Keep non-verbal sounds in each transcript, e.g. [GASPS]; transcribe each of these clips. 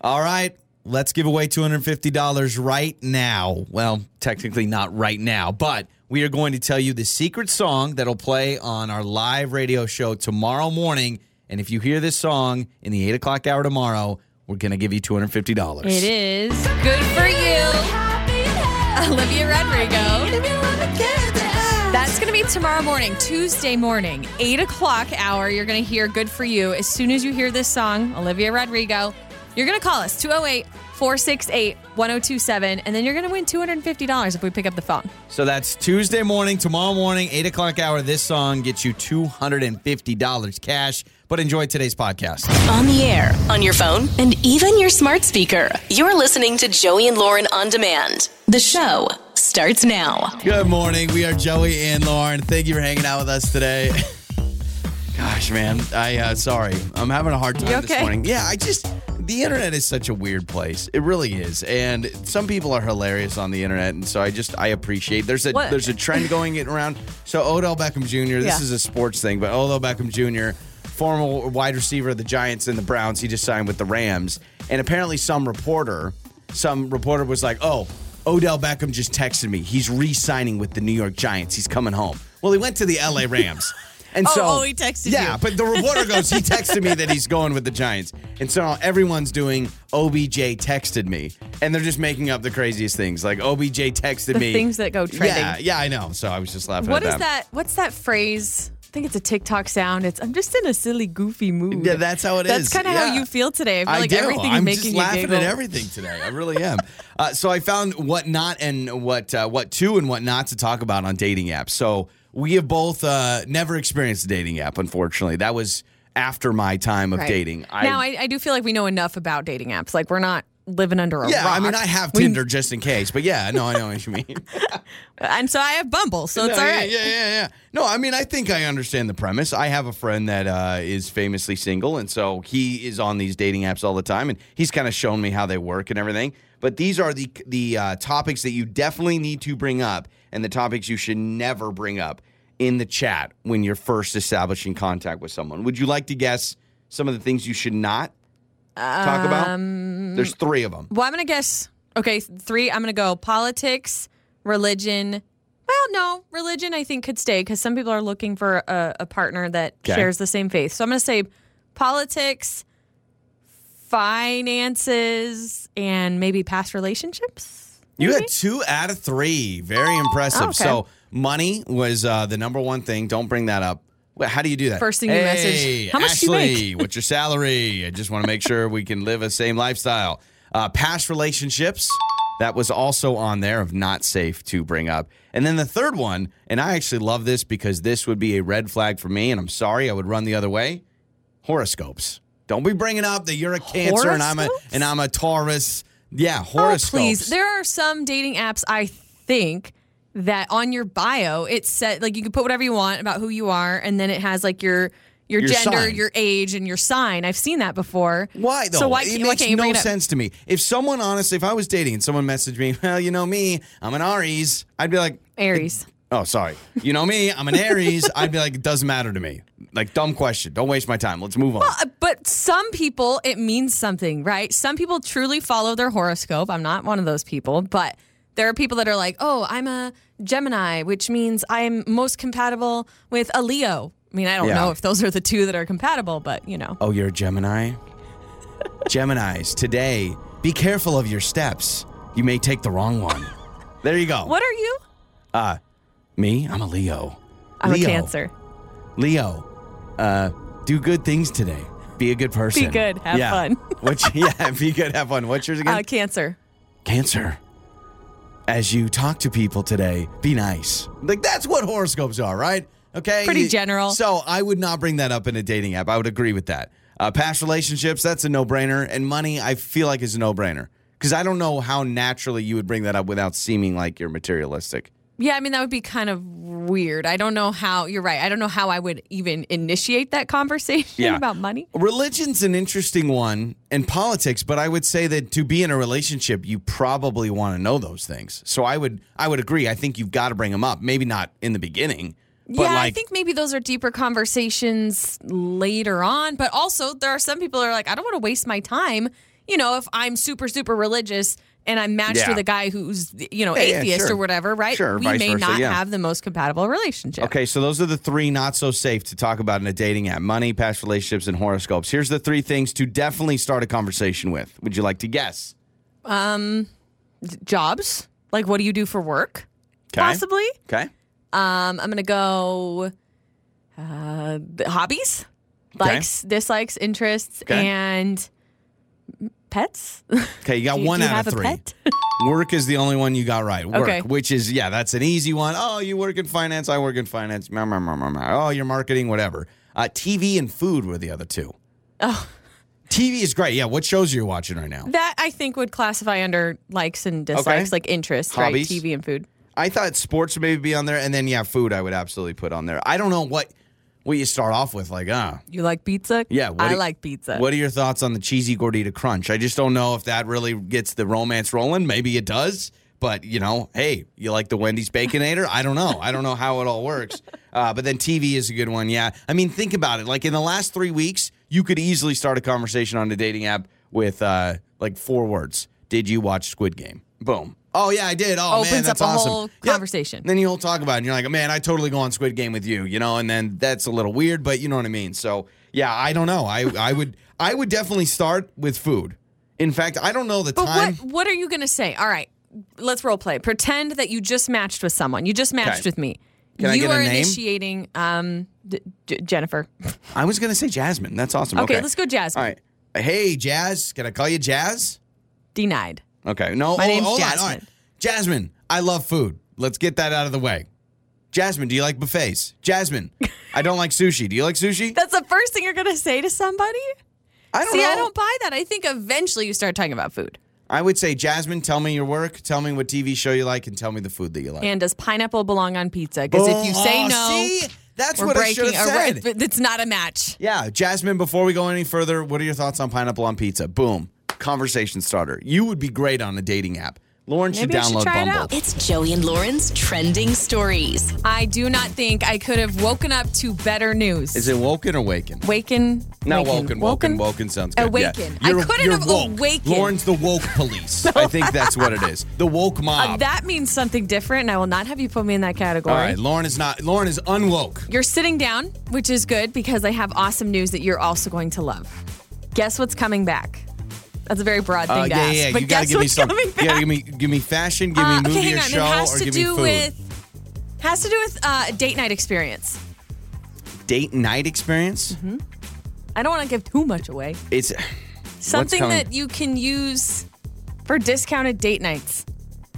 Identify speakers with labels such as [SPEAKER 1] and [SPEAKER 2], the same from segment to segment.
[SPEAKER 1] All right, let's give away $250 right now. Well, technically not right now, but we are going to tell you the secret song that'll play on our live radio show tomorrow morning. And if you hear this song in the 8 o'clock hour tomorrow, we're going to give you $250.
[SPEAKER 2] It is good for you, Olivia Rodrigo. That's going to be tomorrow morning, Tuesday morning, 8 o'clock hour. You're going to hear Good For You. As soon as you hear this song, Olivia Rodrigo, you're going to call us 208 468 1027, and then you're going to win $250 if we pick up the phone.
[SPEAKER 1] So that's Tuesday morning, tomorrow morning, 8 o'clock hour. This song gets you $250 cash. But enjoy today's podcast.
[SPEAKER 3] On the air, on your phone, and even your smart speaker. You're listening to Joey and Lauren on demand. The show starts now.
[SPEAKER 1] Good morning. We are Joey and Lauren. Thank you for hanging out with us today. [LAUGHS] Gosh, man, I uh, sorry. I'm having a hard time
[SPEAKER 2] You
[SPEAKER 1] this
[SPEAKER 2] okay?
[SPEAKER 1] morning. Yeah, I just the internet is such a weird place. It really is, and some people are hilarious on the internet, and so I just I appreciate. There's a
[SPEAKER 2] What-
[SPEAKER 1] there's a trend going around. So Odell Beckham Jr. This
[SPEAKER 2] Yeah.
[SPEAKER 1] is a sports thing, but Odell Beckham Jr. Former wide receiver of the Giants and the Browns, he just signed with the Rams, and apparently some reporter, some reporter was like, "Oh, Odell Beckham just texted me. He's re-signing with the New York Giants. He's coming home." Well, he went to the LA Rams. And
[SPEAKER 3] [LAUGHS] Oh,
[SPEAKER 1] so
[SPEAKER 3] oh, he texted
[SPEAKER 1] yeah,
[SPEAKER 3] you.
[SPEAKER 1] but the
[SPEAKER 3] [LAUGHS]
[SPEAKER 1] reporter goes, he texted me that he's going with the Giants. And so now everyone's doing OBJ texted me. And they're just making up the craziest things. Like OBJ texted
[SPEAKER 2] The
[SPEAKER 1] me.
[SPEAKER 2] things that go trending.
[SPEAKER 1] Yeah, yeah, I know. So I was just laughing
[SPEAKER 2] What
[SPEAKER 1] at
[SPEAKER 2] is that? What's that phrase? I think it's a TikTok sound. It's I'm just in a silly, goofy mood.
[SPEAKER 1] Yeah, that's how it
[SPEAKER 2] that's
[SPEAKER 1] is.
[SPEAKER 2] kind of
[SPEAKER 1] Yeah.
[SPEAKER 2] how you feel today. I feel
[SPEAKER 1] I
[SPEAKER 2] like
[SPEAKER 1] do.
[SPEAKER 2] everything
[SPEAKER 1] I'm
[SPEAKER 2] is making
[SPEAKER 1] just
[SPEAKER 2] you
[SPEAKER 1] laughing
[SPEAKER 2] giggle.
[SPEAKER 1] at everything today. I really am. [LAUGHS] uh, so I found what not and what uh, what to and what not to talk about on dating apps. So we have both uh, never experienced a dating app, unfortunately. That was after my time of
[SPEAKER 2] Right.
[SPEAKER 1] dating.
[SPEAKER 2] now I, I do feel like we know enough about dating apps. Like we're not living under a
[SPEAKER 1] yeah,
[SPEAKER 2] rock.
[SPEAKER 1] I mean, I have
[SPEAKER 2] We-
[SPEAKER 1] Tinder just in case, but yeah, no, I know what you mean.
[SPEAKER 2] and so I have Bumble, so it's
[SPEAKER 1] No,
[SPEAKER 2] all
[SPEAKER 1] yeah,
[SPEAKER 2] right.
[SPEAKER 1] Yeah, yeah, yeah. No, I mean, I think I understand the premise. I have a friend that uh, is famously single, and so he is on these dating apps all the time, and he's kind of shown me how they work and everything. But these are the the uh, topics that you definitely need to bring up, and the topics you should never bring up in the chat when you're first establishing contact with someone. Would you like to guess some of the things you should not talk
[SPEAKER 2] Um,
[SPEAKER 1] about? There's three of them.
[SPEAKER 2] Well, I'm gonna guess. Okay, three. I'm gonna go politics, religion. Well, no, religion I think could stay because some people are looking for a, a partner that
[SPEAKER 1] Okay.
[SPEAKER 2] shares the same faith. So I'm gonna say politics, finances, and maybe past relationships.
[SPEAKER 1] You had two out of three. Very impressive.
[SPEAKER 2] Oh, okay.
[SPEAKER 1] So money was uh, the number one thing. Don't bring that up. Wha- How do you do that?
[SPEAKER 2] First thing you
[SPEAKER 1] hey,
[SPEAKER 2] message, "How much do you
[SPEAKER 1] Ashley,
[SPEAKER 2] make?"
[SPEAKER 1] what's your salary? I just want to make sure we can live a same lifestyle. Uh, past relationships. That was also on there of not safe to bring up. And then the third one, and I actually love this because this would be a red flag for me, and I'm sorry, I would run the other way horoscopes. Don't be bringing up that you're a Cancer and I'm a
[SPEAKER 2] Horoscopes?
[SPEAKER 1] and I'm a Taurus. Yeah,
[SPEAKER 2] Oh,
[SPEAKER 1] horoscopes.
[SPEAKER 2] please. There are some dating apps, I think, that on your bio it said like you can put whatever you want about who you are, and then it has like your your,
[SPEAKER 1] Your
[SPEAKER 2] gender,
[SPEAKER 1] sign.
[SPEAKER 2] your age, and your sign. I've seen that before.
[SPEAKER 1] Why though?
[SPEAKER 2] So why,
[SPEAKER 1] it
[SPEAKER 2] can't-
[SPEAKER 1] makes
[SPEAKER 2] why can't you
[SPEAKER 1] no
[SPEAKER 2] bring it up?
[SPEAKER 1] sense to me. If someone honestly, if I was dating and someone messaged me, well, you know me, I'm an Aries, I'd be like,
[SPEAKER 2] Aries.
[SPEAKER 1] oh, sorry, you know me,
[SPEAKER 2] [LAUGHS]
[SPEAKER 1] I'm an Aries, I'd be like, it doesn't matter to me. Like dumb question. Don't waste my time. Let's move on.
[SPEAKER 2] Uh, But some people, it means something, right? Some people truly follow their horoscope. I'm not one of those people, but there are people that are like, oh, I'm a Gemini, which means I'm most compatible with a Leo. I mean, I don't
[SPEAKER 1] Yeah.
[SPEAKER 2] know if those are the two that are compatible, but you know.
[SPEAKER 1] oh, you're a Gemini. Gemini's today. Be careful of your steps. You may take the wrong one. There you go.
[SPEAKER 2] What are you?
[SPEAKER 1] Me? I'm a Leo.
[SPEAKER 2] I'm
[SPEAKER 1] Leo.
[SPEAKER 2] a Cancer.
[SPEAKER 1] Leo, uh, do good things today. Be a good person.
[SPEAKER 2] good. Have
[SPEAKER 1] Yeah.
[SPEAKER 2] fun.
[SPEAKER 1] What's, [LAUGHS] yeah, be good. Have fun. What's yours again?
[SPEAKER 2] Uh, cancer.
[SPEAKER 1] Cancer. As you talk to people today, be nice. Like that's what horoscopes are, right? Okay.
[SPEAKER 2] Pretty
[SPEAKER 1] You-
[SPEAKER 2] general.
[SPEAKER 1] So I would not bring that up in a dating app. I would agree with that. Uh, past relationships, that's a no-brainer, and money, I feel like is a no-brainer because I don't know how naturally you would bring that up without seeming like you're materialistic.
[SPEAKER 2] Yeah, I mean that would be kind of weird. I don't know how. You're right. I don't know how I would even initiate that [LAUGHS] conversation
[SPEAKER 1] Yeah.
[SPEAKER 2] about money.
[SPEAKER 1] Religion's an interesting one and politics, but I would say that to be in a relationship, you probably want to know those things. So I would I would agree. I think you've got to bring them up. Maybe not in the beginning, but
[SPEAKER 2] yeah, I
[SPEAKER 1] like
[SPEAKER 2] think maybe those are deeper conversations later on. But also, there are some people who are like, I don't want to waste my time you know, if I'm super, super religious and I'm matched
[SPEAKER 1] Yeah.
[SPEAKER 2] with a guy who's, you know,
[SPEAKER 1] Yeah, yeah,
[SPEAKER 2] atheist
[SPEAKER 1] sure.
[SPEAKER 2] or whatever, right?
[SPEAKER 1] Sure,
[SPEAKER 2] we
[SPEAKER 1] vice
[SPEAKER 2] may
[SPEAKER 1] versa,
[SPEAKER 2] not
[SPEAKER 1] yeah.
[SPEAKER 2] have the most compatible relationship.
[SPEAKER 1] Okay, so those are the three not so safe to talk about in a dating app money, past relationships, and horoscopes. Here's the three things to definitely start a conversation with. Would you like to guess?
[SPEAKER 2] Jobs, like what do you do for work?
[SPEAKER 1] 'Kay.
[SPEAKER 2] Possibly.
[SPEAKER 1] Okay.
[SPEAKER 2] Um, I'm gonna go uh, b- hobbies,
[SPEAKER 1] Okay.
[SPEAKER 2] likes, dislikes, interests,
[SPEAKER 1] Okay.
[SPEAKER 2] and pets.
[SPEAKER 1] Okay, you got
[SPEAKER 2] [LAUGHS] Do you-
[SPEAKER 1] one
[SPEAKER 2] do you
[SPEAKER 1] out
[SPEAKER 2] have
[SPEAKER 1] of
[SPEAKER 2] a
[SPEAKER 1] three.
[SPEAKER 2] pet? [LAUGHS]
[SPEAKER 1] work is the only one you got right. Work,
[SPEAKER 2] Okay.
[SPEAKER 1] which is yeah, that's an easy one. Oh, you work in finance. I work in finance. Meow, meow, meow, meow, meow. Oh, you're marketing, whatever. Uh, TV and food were the other two.
[SPEAKER 2] Oh.
[SPEAKER 1] TV is great. Yeah, what shows are you watching right now?
[SPEAKER 2] That I think would classify under likes and dislikes, like interests,
[SPEAKER 1] Hobbies?
[SPEAKER 2] right? TV and food.
[SPEAKER 1] I thought sports would maybe be on there, and then yeah, food I would absolutely put on there. I don't know what what you start off with, like uh
[SPEAKER 2] You like pizza?
[SPEAKER 1] yeah. What
[SPEAKER 2] I
[SPEAKER 1] do-
[SPEAKER 2] like pizza.
[SPEAKER 1] What are your thoughts on the cheesy gordita crunch? I just don't know if that really gets the romance rolling. Maybe it does, but you know, hey, you like the Wendy's Baconator? I don't know. I don't know how it all works. Uh, but then TV is a good one. Yeah, I mean, think about it. Like in the last three weeks, you could easily start a conversation on a dating app with uh, like four words. Did you watch Squid Game? Boom. Oh yeah, I did. Oh man,
[SPEAKER 2] Opens
[SPEAKER 1] that's
[SPEAKER 2] up a
[SPEAKER 1] awesome.
[SPEAKER 2] whole
[SPEAKER 1] Yep.
[SPEAKER 2] conversation.
[SPEAKER 1] And then you'll talk about it and you're like, man, I totally go on Squid Game with you, you know, and then that's a little weird, but you know what I mean. So yeah, I don't know. I I would I would definitely start with food. In fact, I don't know the
[SPEAKER 2] But
[SPEAKER 1] time.
[SPEAKER 2] what what are you gonna say? All right, let's role play. Pretend that you just matched with someone. You just matched
[SPEAKER 1] Okay.
[SPEAKER 2] with me.
[SPEAKER 1] Can I
[SPEAKER 2] you
[SPEAKER 1] get a
[SPEAKER 2] are
[SPEAKER 1] name?
[SPEAKER 2] initiating um, D- J- Jennifer.
[SPEAKER 1] I was gonna say Jasmine. That's awesome.
[SPEAKER 2] Okay,
[SPEAKER 1] Okay,
[SPEAKER 2] let's go Jasmine.
[SPEAKER 1] All right. Hey Jazz, can I call you Jazz?
[SPEAKER 2] Denied.
[SPEAKER 1] Okay. No,
[SPEAKER 2] My
[SPEAKER 1] oh,
[SPEAKER 2] name's
[SPEAKER 1] hold on,
[SPEAKER 2] Jasmine.
[SPEAKER 1] all right. Jasmine, I love food. Let's get that out of the way. Jasmine, do you like buffets? Jasmine, I don't like sushi. Do you like
[SPEAKER 2] [LAUGHS]
[SPEAKER 1] sushi?
[SPEAKER 2] That's the first thing you're gonna say to somebody.
[SPEAKER 1] I don't
[SPEAKER 2] See,
[SPEAKER 1] know.
[SPEAKER 2] I don't buy that. I think eventually you start talking about food.
[SPEAKER 1] I would say, Jasmine, tell me your work, tell me what TV show you like, and tell me the food that you like.
[SPEAKER 2] And does pineapple belong on pizza? Because if you say
[SPEAKER 1] Oh,
[SPEAKER 2] no,
[SPEAKER 1] see? that's
[SPEAKER 2] we're
[SPEAKER 1] what I
[SPEAKER 2] breaking
[SPEAKER 1] should have
[SPEAKER 2] a
[SPEAKER 1] said.
[SPEAKER 2] re- It's not a match.
[SPEAKER 1] yeah, Jasmine. Before we go any further, what are your thoughts on pineapple on pizza? Boom, conversation starter. You would be great on a dating app. Lauren should
[SPEAKER 2] Maybe I should
[SPEAKER 1] download
[SPEAKER 2] try it
[SPEAKER 1] Bumble.
[SPEAKER 2] out.
[SPEAKER 3] It's Joey and Lauren's trending stories.
[SPEAKER 2] I do not think I could have woken up to better news.
[SPEAKER 1] Is it woken or waken?
[SPEAKER 2] Waken.
[SPEAKER 1] No,
[SPEAKER 2] waken,
[SPEAKER 1] woken, woken, woken sounds good. yeah.
[SPEAKER 2] Awaken. I couldn't
[SPEAKER 1] you're
[SPEAKER 2] have
[SPEAKER 1] woke.
[SPEAKER 2] awakened.
[SPEAKER 1] Lauren's the woke
[SPEAKER 2] [LAUGHS]
[SPEAKER 1] police. I think that's what it is. The woke mob.
[SPEAKER 2] Uh, that means something different, and I will not have you put me in that category.
[SPEAKER 1] All right, Lauren is not. Lauren is unwoke.
[SPEAKER 2] You're sitting down, which is good because I have awesome news that you're also going to love. Guess what's coming back? That's a very broad thing
[SPEAKER 1] Uh,
[SPEAKER 2] to
[SPEAKER 1] yeah,
[SPEAKER 2] ask.
[SPEAKER 1] yeah, yeah.
[SPEAKER 2] But
[SPEAKER 1] You gotta
[SPEAKER 2] guess
[SPEAKER 1] give me
[SPEAKER 2] what's
[SPEAKER 1] some.
[SPEAKER 2] coming back?
[SPEAKER 1] Yeah, give me, give me fashion. Give me
[SPEAKER 2] Uh,
[SPEAKER 1] movie
[SPEAKER 2] okay, hang
[SPEAKER 1] or
[SPEAKER 2] on.
[SPEAKER 1] show,
[SPEAKER 2] it has
[SPEAKER 1] or
[SPEAKER 2] to
[SPEAKER 1] give me
[SPEAKER 2] do
[SPEAKER 1] food.
[SPEAKER 2] with has to do with uh, a date night experience.
[SPEAKER 1] Date night experience.
[SPEAKER 2] I don't want to give too much away.
[SPEAKER 1] It's
[SPEAKER 2] Something
[SPEAKER 1] coming?
[SPEAKER 2] that you can use for discounted date nights.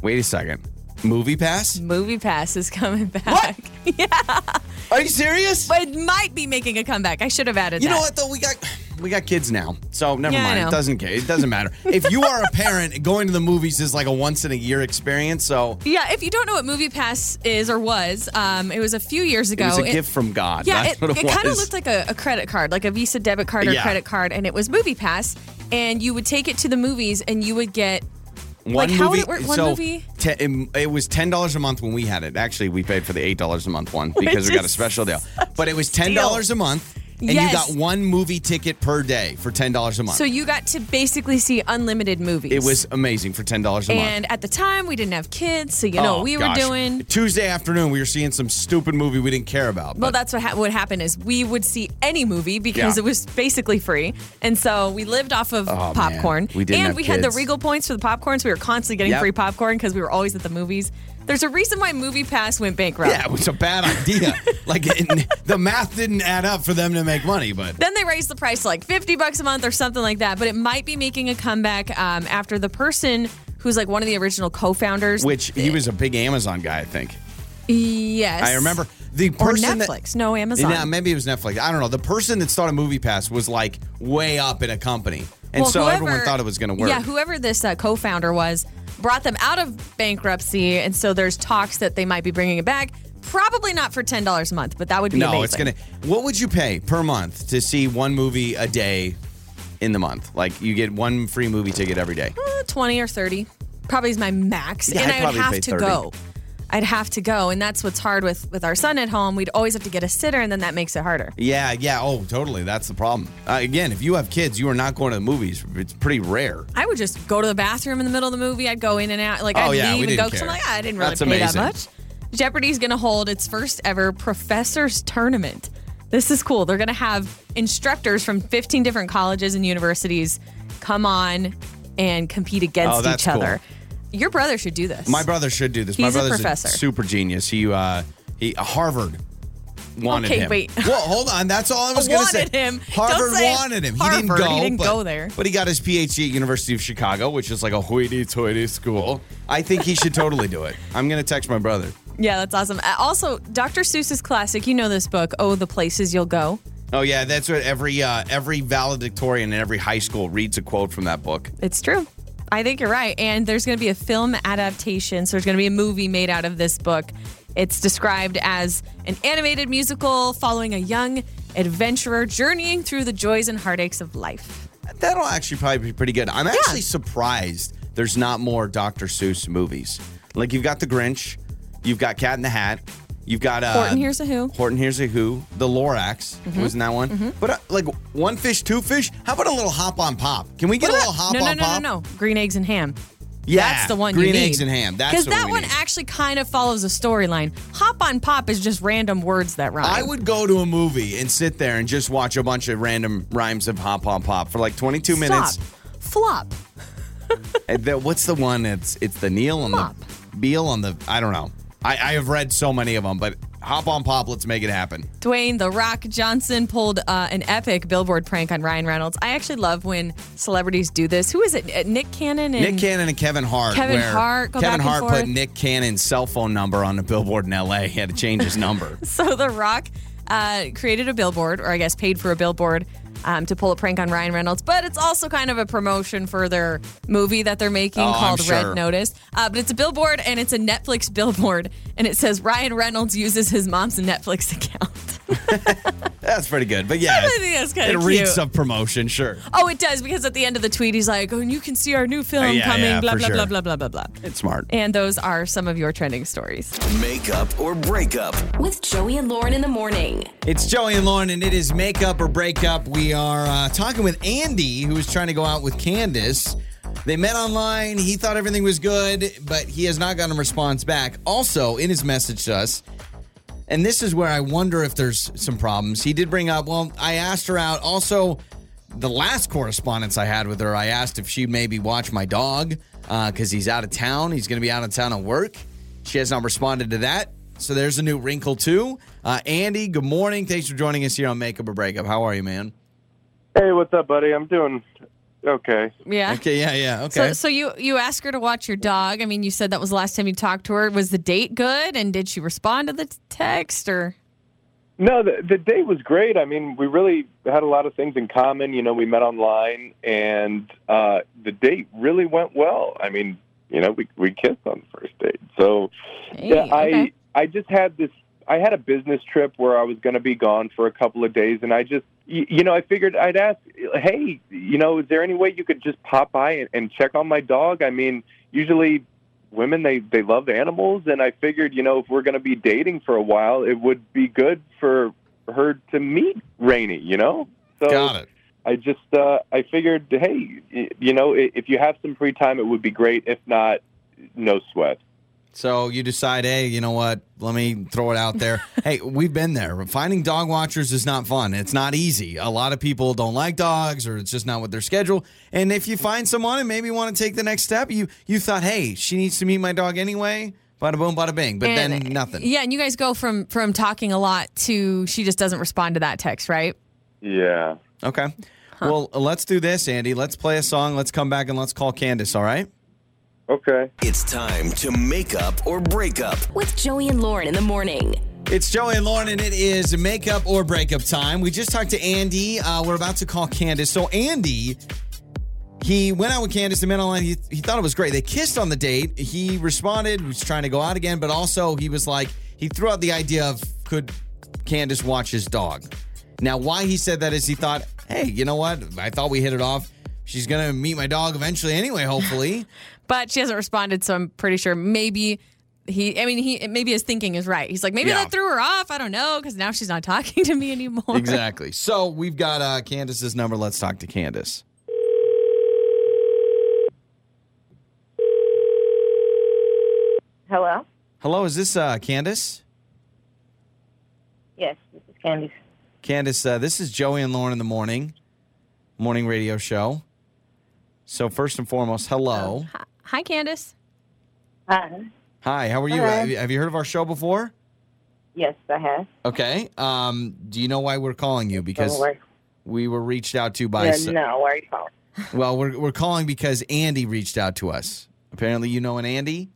[SPEAKER 1] Wait a second. Movie pass?
[SPEAKER 2] Movie Pass is coming [LAUGHS] back.
[SPEAKER 1] Are you serious?
[SPEAKER 2] But it might be making a comeback. I should have added
[SPEAKER 1] you
[SPEAKER 2] that.
[SPEAKER 1] know what though? We got we got kids now, so never
[SPEAKER 2] Yeah, I
[SPEAKER 1] mind.
[SPEAKER 2] know.
[SPEAKER 1] It doesn't care. It doesn't
[SPEAKER 2] [LAUGHS]
[SPEAKER 1] matter. if you are a parent, going to the movies is like a once in a year experience. So
[SPEAKER 2] Yeah, if you don't know what Movie Pass is or was, um, it was a few years ago.
[SPEAKER 1] it was a gift from God.
[SPEAKER 2] Yeah,
[SPEAKER 1] That's
[SPEAKER 2] it,
[SPEAKER 1] what it, was.
[SPEAKER 2] kind of looked like a, a credit card, like a Visa debit card or
[SPEAKER 1] Yeah.
[SPEAKER 2] credit card, and it was Movie Pass, and you would take it to the movies, and you would get
[SPEAKER 1] one
[SPEAKER 2] like,
[SPEAKER 1] movie.
[SPEAKER 2] how would it work? One
[SPEAKER 1] so
[SPEAKER 2] movie?
[SPEAKER 1] te- it, it was ten dollars a month when we had it. Actually, we paid for the eight dollars a month one because we got a
[SPEAKER 2] is
[SPEAKER 1] special deal. But it was ten dollars a month, and
[SPEAKER 2] Yes.
[SPEAKER 1] you got one movie ticket per day for ten dollars a month.
[SPEAKER 2] so you got to basically see unlimited movies.
[SPEAKER 1] it was amazing for ten dollars a month.
[SPEAKER 2] and at the time we didn't have kids, so you know
[SPEAKER 1] Oh,
[SPEAKER 2] what we
[SPEAKER 1] gosh.
[SPEAKER 2] were doing.
[SPEAKER 1] Tuesday afternoon, we were seeing some stupid movie we didn't care about.
[SPEAKER 2] Well,
[SPEAKER 1] but-
[SPEAKER 2] that's what ha- would happen is we would see any movie because
[SPEAKER 1] Yeah. Oh,
[SPEAKER 2] it was basically free, and so we lived off of
[SPEAKER 1] man.
[SPEAKER 2] popcorn.
[SPEAKER 1] We didn't
[SPEAKER 2] and
[SPEAKER 1] have
[SPEAKER 2] we had the
[SPEAKER 1] kids.
[SPEAKER 2] Regal points for the popcorn, so we were constantly getting
[SPEAKER 1] Yep.
[SPEAKER 2] free popcorn because we were always at the movies. There's a reason why Movie Pass went bankrupt.
[SPEAKER 1] yeah, it was a bad idea. [LAUGHS] like it, the math didn't add up for them to make money, but
[SPEAKER 2] Then they raised the price to like 50 bucks a month or something like that, but it might be making a comeback um, after the person who's like one of the original co-founders.
[SPEAKER 1] which he was a big Amazon guy, I think.
[SPEAKER 2] yes,
[SPEAKER 1] I remember the
[SPEAKER 2] Or
[SPEAKER 1] person that-
[SPEAKER 2] Netflix, no Amazon.
[SPEAKER 1] Yeah, maybe it was Netflix. I don't know. The person that started MoviePass was like way up in a company, and
[SPEAKER 2] Well,
[SPEAKER 1] so
[SPEAKER 2] whoever-
[SPEAKER 1] everyone thought it was going to work.
[SPEAKER 2] Yeah, whoever this uh, co-founder was brought them out of bankruptcy, and so there's talks that they might be bringing it back. Probably not for ten dollars a month, but that would be
[SPEAKER 1] no,
[SPEAKER 2] amazing.
[SPEAKER 1] it's going to. What would you pay per month to see one movie a day in the month? Like you get one free
[SPEAKER 2] Hmm.
[SPEAKER 1] movie ticket every day.
[SPEAKER 2] Uh, twenty or thirty, probably is my max,
[SPEAKER 1] Yeah,
[SPEAKER 2] and
[SPEAKER 1] I'd
[SPEAKER 2] I would
[SPEAKER 1] probably
[SPEAKER 2] have
[SPEAKER 1] pay
[SPEAKER 2] to
[SPEAKER 1] 30.
[SPEAKER 2] go. I'd have to go, and that's what's hard with with our son at home. We'd always have to get a sitter, and then that makes it harder.
[SPEAKER 1] Yeah, yeah. Oh, totally. That's the problem. Uh, again, if you have kids, you are not going to the movies. It's pretty rare.
[SPEAKER 2] I would just go to the bathroom in the middle of the movie. I'd go in and out, like
[SPEAKER 1] Oh,
[SPEAKER 2] I'd
[SPEAKER 1] yeah, we
[SPEAKER 2] leave and
[SPEAKER 1] didn't
[SPEAKER 2] go. 'cause
[SPEAKER 1] care.
[SPEAKER 2] I'm like, "Ah, I didn't really
[SPEAKER 1] That's
[SPEAKER 2] pay
[SPEAKER 1] amazing.
[SPEAKER 2] that much. Jeopardy's going to hold its first ever professors tournament. This is cool. They're going to have instructors from 15 different colleges and universities come on and compete against
[SPEAKER 1] Oh, that's
[SPEAKER 2] each other. Your brother should do this.
[SPEAKER 1] My brother should do this. My
[SPEAKER 2] He's a
[SPEAKER 1] brother's
[SPEAKER 2] professor.
[SPEAKER 1] super genius. He uh he Harvard wanted
[SPEAKER 2] Okay,
[SPEAKER 1] him.
[SPEAKER 2] wait.
[SPEAKER 1] [LAUGHS] Well, hold on. That's all I was going to say.
[SPEAKER 2] Wanted him. Don't
[SPEAKER 1] Harvard
[SPEAKER 2] say
[SPEAKER 1] wanted him. he didn't
[SPEAKER 2] Harvard.
[SPEAKER 1] go.
[SPEAKER 2] He didn't
[SPEAKER 1] but,
[SPEAKER 2] go there.
[SPEAKER 1] But he got his PhD at University of Chicago, which is like a hoity-toity school. I think he should totally do it. I'm going to text my brother.
[SPEAKER 2] Yeah, that's awesome. Uh, Also, Dr. Seuss's classic, you know this book, Oh, the Places You'll Go.
[SPEAKER 1] Oh yeah, that's what every uh, every valedictorian in every high school reads a quote from that book.
[SPEAKER 2] It's true. I think you're right. And there's going to be a film adaptation. So there's going to be a movie made out of this book. It's described as an animated musical following a young adventurer journeying through the joys and heartaches of life.
[SPEAKER 1] That'll actually probably be pretty good. I'm actually surprised there's not more Dr. Seuss movies. Like you've got The Grinch, you've got Cat in the Hat, you've got uh,
[SPEAKER 2] Horton Hears a Who. Mm-hmm.
[SPEAKER 1] Horton Here's a Who, The Lorax was in that one. But uh, like one fish, two fish. How about a little hop on pop? Can we get a little hop
[SPEAKER 2] no, no,
[SPEAKER 1] on
[SPEAKER 2] no,
[SPEAKER 1] pop?
[SPEAKER 2] no, no. Green eggs and ham.
[SPEAKER 1] Yeah,
[SPEAKER 2] That's the one
[SPEAKER 1] Green
[SPEAKER 2] you need.
[SPEAKER 1] eggs and ham. That's
[SPEAKER 2] Because
[SPEAKER 1] the one
[SPEAKER 2] that
[SPEAKER 1] we
[SPEAKER 2] one
[SPEAKER 1] need.
[SPEAKER 2] actually kind of follows a storyline. Hop on pop is just random words that rhyme.
[SPEAKER 1] I would go to a movie and sit there and just watch a bunch of random rhymes of hop on pop for like 22
[SPEAKER 2] Stop.
[SPEAKER 1] minutes.
[SPEAKER 2] Flop.
[SPEAKER 1] And Uh, the- what's the one? It's it's the Neil on
[SPEAKER 2] Mop.
[SPEAKER 1] the Beal on the. I don't know. I, I have read so many of them, but hop on pop. Let's make it happen.
[SPEAKER 2] Dwayne The Rock Johnson pulled uh, an epic billboard prank on Ryan Reynolds. I actually love when celebrities do this. Who is it? Uh, Nick Cannon and
[SPEAKER 1] Nick Cannon and Kevin Hart.
[SPEAKER 2] Kevin
[SPEAKER 1] where
[SPEAKER 2] Hart, go
[SPEAKER 1] Kevin
[SPEAKER 2] back and
[SPEAKER 1] Hart
[SPEAKER 2] forth.
[SPEAKER 1] put Nick Cannon's cell phone number on the billboard in L.A. He had to change his
[SPEAKER 2] [LAUGHS]
[SPEAKER 1] number.
[SPEAKER 2] [LAUGHS] So The Rock uh, created a billboard, or I guess paid for a billboard. Um, to pull a prank on Ryan Reynolds, but it's also kind of a promotion for their movie that they're making
[SPEAKER 1] Oh, I'm
[SPEAKER 2] called
[SPEAKER 1] sure.
[SPEAKER 2] Red Notice. Uh, but it's a billboard and it's a Netflix billboard, and it says Ryan Reynolds uses his mom's Netflix account. [LAUGHS]
[SPEAKER 1] That's pretty good. But yeah,
[SPEAKER 2] I think that's kinda
[SPEAKER 1] it
[SPEAKER 2] cute.
[SPEAKER 1] reeks of promotion. Sure,
[SPEAKER 2] oh, it does because at the end of the tweet, he's like, "Oh, and you can see our new film
[SPEAKER 1] Oh, yeah,
[SPEAKER 2] coming."
[SPEAKER 1] yeah,
[SPEAKER 2] blah
[SPEAKER 1] for
[SPEAKER 2] blah
[SPEAKER 1] sure.
[SPEAKER 2] blah blah blah blah blah.
[SPEAKER 1] it's smart.
[SPEAKER 2] And those are some of your trending stories.
[SPEAKER 4] Makeup or breakup.
[SPEAKER 3] With Joey and Lauren in the morning.
[SPEAKER 1] It's Joey and Lauren, and it is makeup or breakup. We are uh, talking with Andy, who is trying to go out with Candace. They met online. He thought everything was good, but he has not gotten a response back. Also, in his message to us, and this is where I wonder if there's some problems. He did bring up, well, I asked her out. Also, the last correspondence I had with her, I asked if she'd maybe watch my dog because he's out of town. He's going to be out of town at work. She has not responded to that. So there's a new wrinkle, too. Uh, Andy, good morning. Thanks for joining us here on Makeup or Breakup. How are you, man?
[SPEAKER 5] Hey, what's up, buddy? I'm doing okay.
[SPEAKER 2] Yeah.
[SPEAKER 1] Okay, yeah, yeah. Okay.
[SPEAKER 2] Ah. So, so you you asked her to watch your dog. I mean, you said that was the last time you talked to her. Was the date good? And did she respond to the t- text? Or
[SPEAKER 5] No, the, the date was great. I mean, we really had a lot of things in common. You know, we met online, and uh, the date really went well. I mean, you know, we we kissed on the first date. So
[SPEAKER 2] Hey,
[SPEAKER 5] yeah, I
[SPEAKER 2] okay.
[SPEAKER 5] I just had this. I had a business trip where I was going to be gone for a couple of days, and I just, y- you know, I figured I'd ask, hey, you know, is there any way you could just pop by and, and check on my dog? I mean, usually women they they love animals and i figured you know if we're going to be dating for a while it would be good for her to meet rainey you know so
[SPEAKER 1] Got it.
[SPEAKER 5] i just uh i figured hey y- you know i- if you have some free time it would be great if not no sweat
[SPEAKER 1] So you decide, hey, you know what? Let me throw it out
[SPEAKER 2] [LAUGHS]
[SPEAKER 1] there. hey, we've been there. Finding dog watchers is not fun. It's not easy. A lot of people don't like dogs, or it's just not with their schedule. And if you find someone and maybe want to take the next step, you you thought, hey, she needs to meet my dog anyway. Bada boom, bada bing. But
[SPEAKER 2] And-
[SPEAKER 1] then nothing.
[SPEAKER 2] Yeah, and you guys go from from talking a lot to she just doesn't respond to that text, right?
[SPEAKER 5] yeah
[SPEAKER 1] Okay. Well, let's do this, Andy. Let's play a song. Let's come back and let's call Candace. All right.
[SPEAKER 5] okay
[SPEAKER 4] It's time to make up or break up.
[SPEAKER 3] With Joey and Lauren in the morning.
[SPEAKER 1] It's Joey and Lauren, and it is makeup or breakup time. We just talked to Andy. Uh, we're about to call Candace. So, Andy, he went out with Candace, the man online. He, he thought it was great. They kissed on the date. He responded, was trying to go out again, but also he was like, he threw out the idea of could Candace watch his dog? Now, why he said that is he thought, hey, you know what? I thought we hit it off. She's going to meet my dog eventually anyway, hopefully.
[SPEAKER 2] But she hasn't responded, so I'm pretty sure maybe he i mean he maybe his thinking is right he's like maybe
[SPEAKER 1] Yeah.
[SPEAKER 2] that threw her off i don't know because now she's not [LAUGHS] talking to me anymore
[SPEAKER 1] Exactly. So we've got uh, Candace's number. Let's talk to Candace.
[SPEAKER 6] Hello?
[SPEAKER 1] Hello, is this uh, Candace?
[SPEAKER 6] Yes, this is Candice.
[SPEAKER 1] Candace, uh, this is Joey and Lauren in the morning, morning radio show. So first and foremost,
[SPEAKER 6] Oh.
[SPEAKER 1] hello.
[SPEAKER 2] hi candace
[SPEAKER 6] Hi.
[SPEAKER 1] Hi, how are you?
[SPEAKER 6] Hello.
[SPEAKER 1] Have you- Have you heard of our show before?
[SPEAKER 6] Yes, I have.
[SPEAKER 1] Okay. Um, do you know why we're calling you? Because
[SPEAKER 6] Don't worry.
[SPEAKER 1] we were reached out to by.
[SPEAKER 6] No,
[SPEAKER 1] so-
[SPEAKER 6] no, why are you calling?
[SPEAKER 1] Well, we're we're calling because Andy reached out to us. Apparently, you know an Andy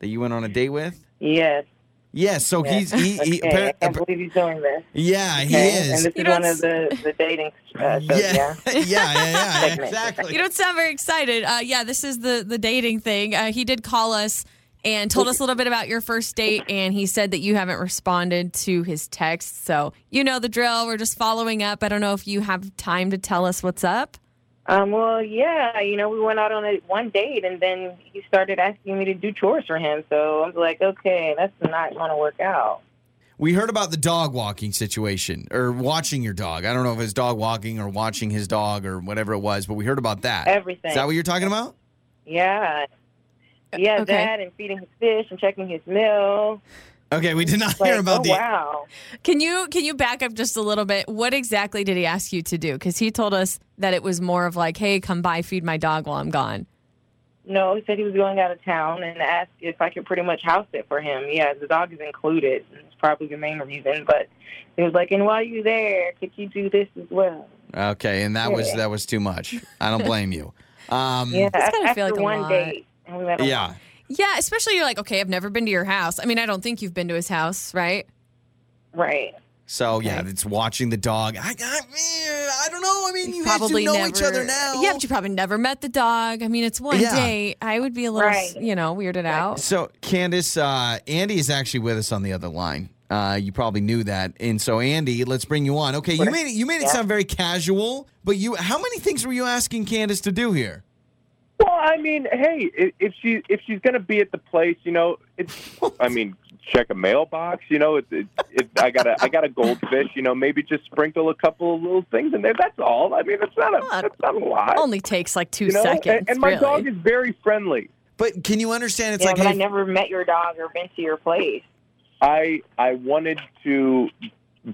[SPEAKER 1] that you went on a date with.
[SPEAKER 6] Yes.
[SPEAKER 1] Yes. So he's he,
[SPEAKER 6] okay.
[SPEAKER 1] he
[SPEAKER 6] I
[SPEAKER 1] appar-
[SPEAKER 6] can't believe he's doing this.
[SPEAKER 1] yeah he
[SPEAKER 6] Okay,
[SPEAKER 1] is.
[SPEAKER 6] And this
[SPEAKER 2] You
[SPEAKER 6] is
[SPEAKER 2] don't
[SPEAKER 6] one of the, the
[SPEAKER 1] [LAUGHS]
[SPEAKER 6] dating uh, shows, yeah?
[SPEAKER 1] yeah, yeah, yeah, yeah,
[SPEAKER 6] Segment.
[SPEAKER 1] exactly. [LAUGHS]
[SPEAKER 2] you don't sound very excited uh, yeah this is the the dating thing uh, he did call us and told us a little bit about your first date and he said that you haven't responded to his text so you know the drill we're just following up i don't know if you have time to tell us what's up
[SPEAKER 6] Um, well, yeah, you know, we went out on a, one date, and then he started asking me to do chores for him. So I was like, okay, that's not going to work out.
[SPEAKER 1] We heard about the dog walking situation or watching your dog. I don't know if it's dog walking or watching his dog or whatever it was, but we heard about that.
[SPEAKER 6] Everything.
[SPEAKER 1] Is that what you're talking about?
[SPEAKER 6] Yeah. Yeah,
[SPEAKER 2] okay.
[SPEAKER 6] that and feeding his fish and checking his meal.
[SPEAKER 1] Okay, we did not
[SPEAKER 6] Like,
[SPEAKER 1] hear about
[SPEAKER 6] oh,
[SPEAKER 1] the.
[SPEAKER 6] wow.
[SPEAKER 2] Can you can you back up just a little bit? What exactly did he ask you to do? Because he told us that it was more of like, "Hey, come by, feed my dog while I'm gone."
[SPEAKER 6] No, he said he was going out of town and asked if I could pretty much house it for him. Yeah, the dog is included. It's probably the main reason, but he was like, "And while you're there, could you do this as well?"
[SPEAKER 1] Okay, and that was
[SPEAKER 6] Yeah.
[SPEAKER 1] that was too much. I don't blame you. Um,
[SPEAKER 6] Yeah,
[SPEAKER 2] That's
[SPEAKER 6] after
[SPEAKER 2] gotta Mm. feel like a
[SPEAKER 6] one
[SPEAKER 2] lot.
[SPEAKER 6] date, and we went on-
[SPEAKER 1] yeah.
[SPEAKER 2] Yeah, especially you're like, "Okay, I've never been to your house." I mean, I don't think you've been to his house, right?
[SPEAKER 6] right.
[SPEAKER 1] So yeah,
[SPEAKER 2] Okay.
[SPEAKER 1] it's watching the dog. I, I, eh, I don't know. I mean, you
[SPEAKER 2] probably
[SPEAKER 1] guys do know
[SPEAKER 2] never,
[SPEAKER 1] each other now.
[SPEAKER 2] Yeah, but you probably never met the dog. I mean, it's one
[SPEAKER 1] Yeah.
[SPEAKER 2] date. I would be a little,
[SPEAKER 6] Right.
[SPEAKER 2] you know, weirded out.
[SPEAKER 1] So, Candace, uh, Andy is actually with us on the other line. Uh, you probably knew that, and so Andy, let's bring you on. Okay, you made it, you made it
[SPEAKER 6] Yeah.
[SPEAKER 1] sound very casual, but you how many things were you asking Candace to do here?
[SPEAKER 5] Well, I mean, hey, i- if she if she's gonna be at the place, you know, it's. I mean, check a mailbox. You know, it's. It, it, I got a I got a goldfish. You know, maybe just sprinkle a couple of little things in there. That's all. I mean, it's not a that's not a lot.
[SPEAKER 2] Only takes like two
[SPEAKER 5] you know,
[SPEAKER 2] seconds.
[SPEAKER 5] and, and my
[SPEAKER 2] really.
[SPEAKER 5] dog is very friendly.
[SPEAKER 1] But can you understand? It's
[SPEAKER 6] yeah,
[SPEAKER 1] like
[SPEAKER 6] but
[SPEAKER 1] hey,
[SPEAKER 6] I never met your dog or been to your place.
[SPEAKER 5] I I wanted to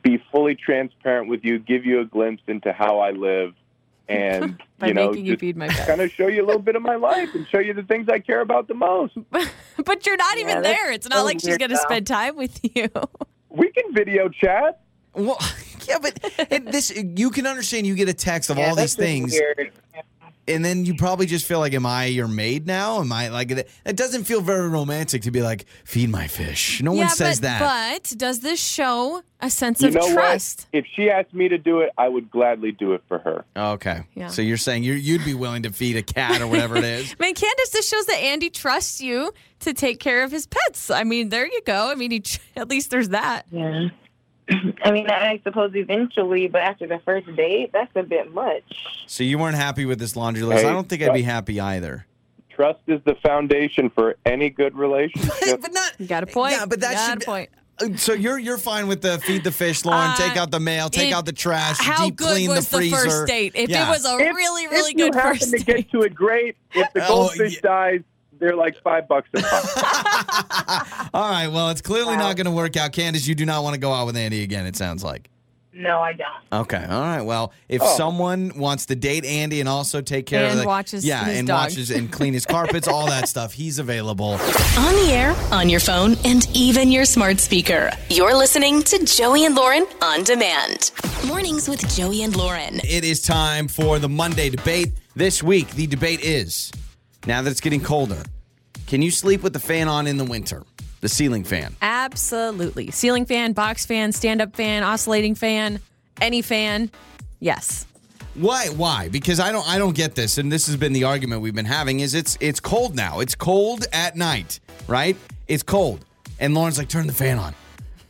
[SPEAKER 5] be fully transparent with you, give you a glimpse into how I live, and
[SPEAKER 2] [LAUGHS] by
[SPEAKER 5] you know,
[SPEAKER 2] making you
[SPEAKER 5] just
[SPEAKER 2] feed my dog.
[SPEAKER 5] kind of show you a little bit of my life and show you the things I care about the most.
[SPEAKER 2] [LAUGHS] but you're not even
[SPEAKER 6] Yeah, that's
[SPEAKER 2] there. It's not
[SPEAKER 6] so
[SPEAKER 2] like she's
[SPEAKER 6] weird,
[SPEAKER 2] gonna
[SPEAKER 6] though.
[SPEAKER 2] spend time with you. [LAUGHS]
[SPEAKER 5] We can video chat.
[SPEAKER 1] well, [LAUGHS] yeah, but it, this you can understand. You get a text of
[SPEAKER 6] yeah,
[SPEAKER 1] all
[SPEAKER 6] that's
[SPEAKER 1] these
[SPEAKER 6] just
[SPEAKER 1] things,
[SPEAKER 6] Weird.
[SPEAKER 1] and then you probably just feel like, am I your maid now? Am I like that? It doesn't feel very romantic to be like feed my fish. No
[SPEAKER 2] yeah,
[SPEAKER 1] one says
[SPEAKER 2] but,
[SPEAKER 1] that.
[SPEAKER 2] But does this show a sense
[SPEAKER 5] you
[SPEAKER 2] of
[SPEAKER 5] know
[SPEAKER 2] trust?
[SPEAKER 5] what? If she asked me to do it, I would gladly do it for her.
[SPEAKER 1] Okay.
[SPEAKER 2] Yeah.
[SPEAKER 1] So you're saying you you'd be willing to feed a cat or whatever it is.
[SPEAKER 2] I mean, Candace, this shows that Andy trusts you to take care of his pets. I mean, there you go. I mean, he, [LAUGHS] at least there's that.
[SPEAKER 6] Yeah. I mean, I suppose eventually, but after the first date, that's a bit much.
[SPEAKER 1] So you weren't happy with this laundry list.
[SPEAKER 5] Hey,
[SPEAKER 1] I don't think I'd be happy either.
[SPEAKER 5] Trust is the foundation for any
[SPEAKER 2] [LAUGHS]
[SPEAKER 5] good relationship.
[SPEAKER 1] but not.
[SPEAKER 2] You got a point.
[SPEAKER 1] Yeah, but that
[SPEAKER 2] You got
[SPEAKER 1] should
[SPEAKER 2] a point.
[SPEAKER 1] uh, So you're you're fine with the feed the fish, Lauren.
[SPEAKER 2] Uh,
[SPEAKER 1] take out the mail, take
[SPEAKER 2] it-
[SPEAKER 1] out the trash,
[SPEAKER 2] How
[SPEAKER 1] deep
[SPEAKER 2] good
[SPEAKER 1] clean
[SPEAKER 2] was
[SPEAKER 1] the
[SPEAKER 2] the,
[SPEAKER 1] freezer.
[SPEAKER 2] first date? If
[SPEAKER 1] Yeah.
[SPEAKER 2] it was a
[SPEAKER 5] If-
[SPEAKER 2] really,
[SPEAKER 5] if
[SPEAKER 2] really
[SPEAKER 5] you
[SPEAKER 2] good
[SPEAKER 5] happen
[SPEAKER 2] first
[SPEAKER 5] to
[SPEAKER 2] date.
[SPEAKER 5] get to it, great. If the
[SPEAKER 1] Oh,
[SPEAKER 5] goldfish
[SPEAKER 1] yeah.
[SPEAKER 5] dies, they're like five bucks a
[SPEAKER 2] [LAUGHS]
[SPEAKER 5] pop.
[SPEAKER 1] All right. Well, it's clearly not going to work out, Candace. You do not want to go out with Andy again. It sounds like.
[SPEAKER 6] No, I don't.
[SPEAKER 1] Okay. All right. Well, if
[SPEAKER 5] Oh.
[SPEAKER 1] someone wants to date Andy and also take care of
[SPEAKER 2] And
[SPEAKER 1] the,
[SPEAKER 2] watches
[SPEAKER 1] yeah,
[SPEAKER 2] his
[SPEAKER 1] and
[SPEAKER 2] dog.
[SPEAKER 1] watches and clean his carpets, all
[SPEAKER 2] [LAUGHS]
[SPEAKER 1] that stuff, he's available.
[SPEAKER 3] On the air, on your phone, and even your smart speaker. You're listening to Joey and Lauren on demand. Mornings with Joey and Lauren.
[SPEAKER 1] It is time for the Monday debate. This week, the debate is now that it's getting colder, can you sleep with the fan on in the winter? The ceiling fan.
[SPEAKER 2] Absolutely. Ceiling fan, box fan, stand up fan, oscillating fan, any fan. Yes.
[SPEAKER 1] Why? Why? Because I don't I don't get this, and this has been the argument we've been having is it's it's cold now. It's cold at night, right? It's cold. And Lauren's like, turn the fan on.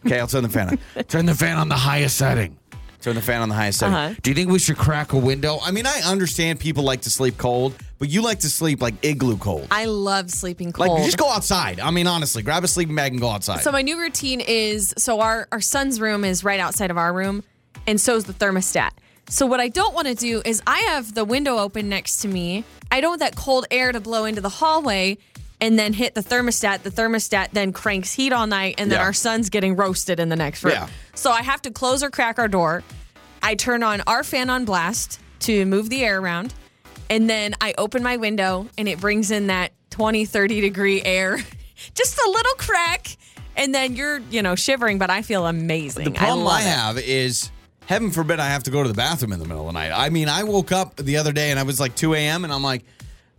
[SPEAKER 1] Okay, I'll turn the fan on. turn the fan on the highest setting. Turn the fan on the highest setting.
[SPEAKER 2] Uh-huh.
[SPEAKER 1] Do you think we should crack a window? I mean, I understand people like to sleep cold, but you like to sleep like igloo cold.
[SPEAKER 2] I love sleeping
[SPEAKER 1] like
[SPEAKER 2] cold.
[SPEAKER 1] just go outside. I mean, honestly, grab a sleeping bag and go outside.
[SPEAKER 2] So my new routine is so our our son's room is right outside of our room, and so is the thermostat. So what I don't want to do is I have the window open next to me. I don't want that cold air to blow into the hallway and then hit the thermostat. The thermostat then cranks heat all night, and then
[SPEAKER 1] Yeah.
[SPEAKER 2] our son's getting roasted in the next room.
[SPEAKER 1] Yeah.
[SPEAKER 2] So I have to close or crack our door. I turn on our fan on blast to move the air around. And then I open my window and it brings in that 20, 30 degree air. [LAUGHS] Just a little crack. And then you're, you know, shivering, but I feel amazing.
[SPEAKER 1] The problem
[SPEAKER 2] I,
[SPEAKER 1] I,
[SPEAKER 2] love it.
[SPEAKER 1] have is, heaven forbid, I have to go to the bathroom in the middle of the night. I mean, I woke up the other day and I was like 2 a.m. and I'm like,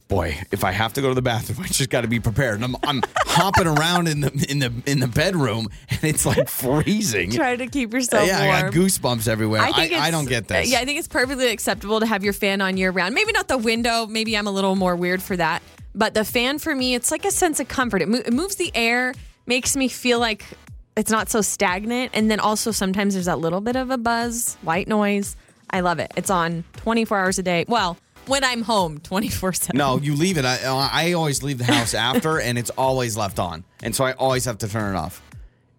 [SPEAKER 1] boy, if I have to go to the bathroom, [LAUGHS] I just got to be prepared. And I'm, I'm [LAUGHS] hopping around in the in the in the bedroom and it's like [LAUGHS] freezing.
[SPEAKER 2] Try to keep yourself
[SPEAKER 1] yeah, I
[SPEAKER 2] warm.
[SPEAKER 1] got goosebumps everywhere. I, I,
[SPEAKER 2] it's-
[SPEAKER 1] don't get this.
[SPEAKER 2] Yeah, I think it's perfectly acceptable to have your fan on year round. Maybe not the window. Maybe I'm a little more weird for that. But the fan for me, it's like a sense of comfort. It, mo- it moves the air, makes me feel like it's not so stagnant. And then also sometimes there's that little bit of a buzz, white noise. I love it. It's on 24 hours a day. Well, when I'm home, 24 7.
[SPEAKER 1] No, you leave it. I, I always leave the house after, and it's always left on, and so I always have to turn it off.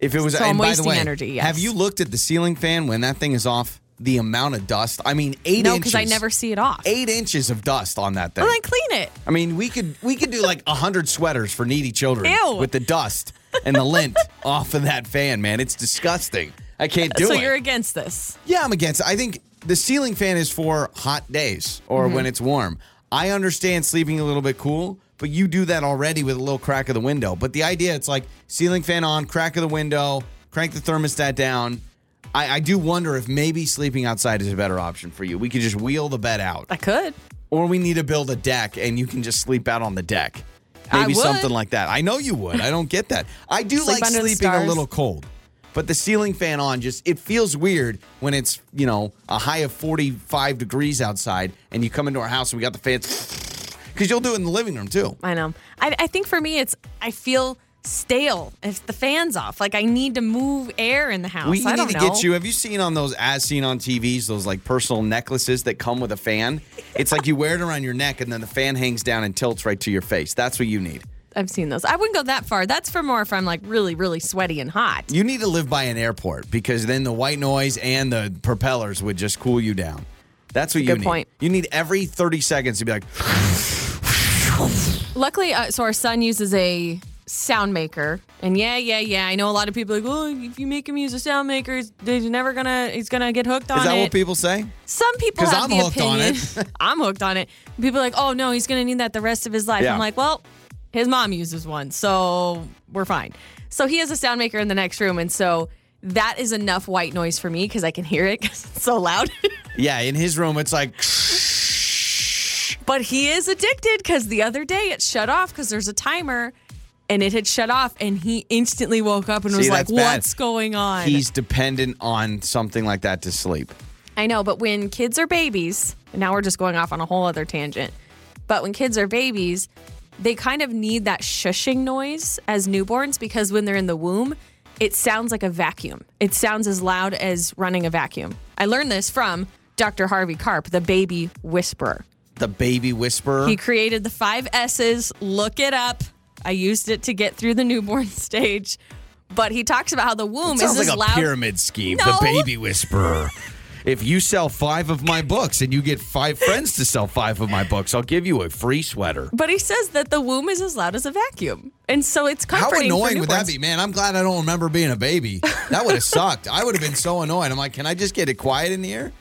[SPEAKER 1] If it was,
[SPEAKER 2] So I'm
[SPEAKER 1] and by
[SPEAKER 2] wasting
[SPEAKER 1] the way,
[SPEAKER 2] energy, yes.
[SPEAKER 1] have you looked at the ceiling fan when that thing is off? The amount of dust. I mean, eight
[SPEAKER 2] No,
[SPEAKER 1] inches.
[SPEAKER 2] because I never see it off.
[SPEAKER 1] eight inches of dust on that thing.
[SPEAKER 2] Well, I clean it.
[SPEAKER 1] I mean, we could we could do like a hundred sweaters for needy children
[SPEAKER 2] Ew.
[SPEAKER 1] with the dust and the lint [LAUGHS] off of that fan, man. It's disgusting. I can't do
[SPEAKER 2] so
[SPEAKER 1] it.
[SPEAKER 2] you're against this.
[SPEAKER 1] yeah, I'm against. it. I think the ceiling fan is for hot days or when it's warm. I understand sleeping a little bit cool, but you do that already with a little crack of the window. But the idea, it's like ceiling fan on, crack of the window, crank the thermostat down. I, I do wonder if maybe sleeping outside is a better option for you. We could just wheel the bed out
[SPEAKER 2] I could.
[SPEAKER 1] or we need to build a deck and you can just sleep out on the deck.
[SPEAKER 2] I
[SPEAKER 1] Maybe
[SPEAKER 2] would.
[SPEAKER 1] something like that. I know you would. I don't get that. I do
[SPEAKER 2] Sleep
[SPEAKER 1] like
[SPEAKER 2] under the
[SPEAKER 1] sleeping a
[SPEAKER 2] stars.
[SPEAKER 1] little cold. But the ceiling fan on just it feels weird when it's, you know, a high of 45 degrees outside and you come into our house and we got the fans cuz you'll do it in the living room too.
[SPEAKER 2] I know. I, I think for me, it's I feel stale if the fan's off. Like I need to move air in the house.
[SPEAKER 1] We
[SPEAKER 2] I
[SPEAKER 1] need
[SPEAKER 2] don't
[SPEAKER 1] to
[SPEAKER 2] know.
[SPEAKER 1] get you. Have you seen on those as seen on TVs those like personal necklaces that come with a fan? It's like you wear it around your neck and then the fan hangs down and tilts right to your face. That's what you need.
[SPEAKER 2] I've seen those. I wouldn't go that far. That's for more if I'm like really, really sweaty and hot.
[SPEAKER 1] You need to live by an airport because then the white noise and the propellers would just cool you down. That's what you
[SPEAKER 2] good
[SPEAKER 1] need.
[SPEAKER 2] point.
[SPEAKER 1] You need every 30 seconds to be like, [LAUGHS]
[SPEAKER 2] Luckily, uh, so our son uses a sound maker, and yeah, yeah, yeah. I know a lot of people are like, oh, if you make him use a sound maker, he's, he's never gonna, he's gonna get hooked on
[SPEAKER 1] is that
[SPEAKER 2] it.
[SPEAKER 1] what people say?
[SPEAKER 2] Some people
[SPEAKER 1] 'Cause
[SPEAKER 2] have
[SPEAKER 1] I'm
[SPEAKER 2] the
[SPEAKER 1] hooked on
[SPEAKER 2] opinion. [LAUGHS] I'm hooked on it. People are like, oh no, he's gonna need that the rest of his life.
[SPEAKER 1] Yeah.
[SPEAKER 2] I'm like, well, his mom uses one, so we're fine. So he has a sound maker in the next room, and so that is enough white noise for me because I can hear it 'cause it's so loud. [LAUGHS]
[SPEAKER 1] Yeah, in his room, it's like,
[SPEAKER 2] but he is addicted because the other day it shut off because there's a timer. And it had shut off, and he instantly woke up and was
[SPEAKER 1] See,
[SPEAKER 2] like,
[SPEAKER 1] that's bad.
[SPEAKER 2] "What's going on?"
[SPEAKER 1] he's dependent on something like that to sleep.
[SPEAKER 2] I know, but when kids are babies, and now we're just going off on a whole other tangent, but when kids are babies, they kind of need that shushing noise as newborns because when they're in the womb, it sounds like a vacuum. It sounds as loud as running a vacuum. I learned this from Dr. Harvey Karp, the baby whisperer.
[SPEAKER 1] The baby whisperer.
[SPEAKER 2] He created the five S's. Look it up. I used it to get through the newborn [LAUGHS] stage. But he talks about how the womb
[SPEAKER 1] sounds
[SPEAKER 2] is as
[SPEAKER 1] like a
[SPEAKER 2] loud.
[SPEAKER 1] pyramid scheme.
[SPEAKER 2] No.
[SPEAKER 1] The baby whisperer. If you sell five of my books and you get five friends to sell five of my books, I'll give you a free sweater.
[SPEAKER 2] But he says that the womb is as loud as a vacuum, and so it's
[SPEAKER 1] How
[SPEAKER 2] comforting. for
[SPEAKER 1] annoying would that
[SPEAKER 2] newborns.
[SPEAKER 1] be? Man, I'm glad I don't remember being a baby. That would have sucked. I would have been so annoyed. I'm like, can I just get it quiet in here?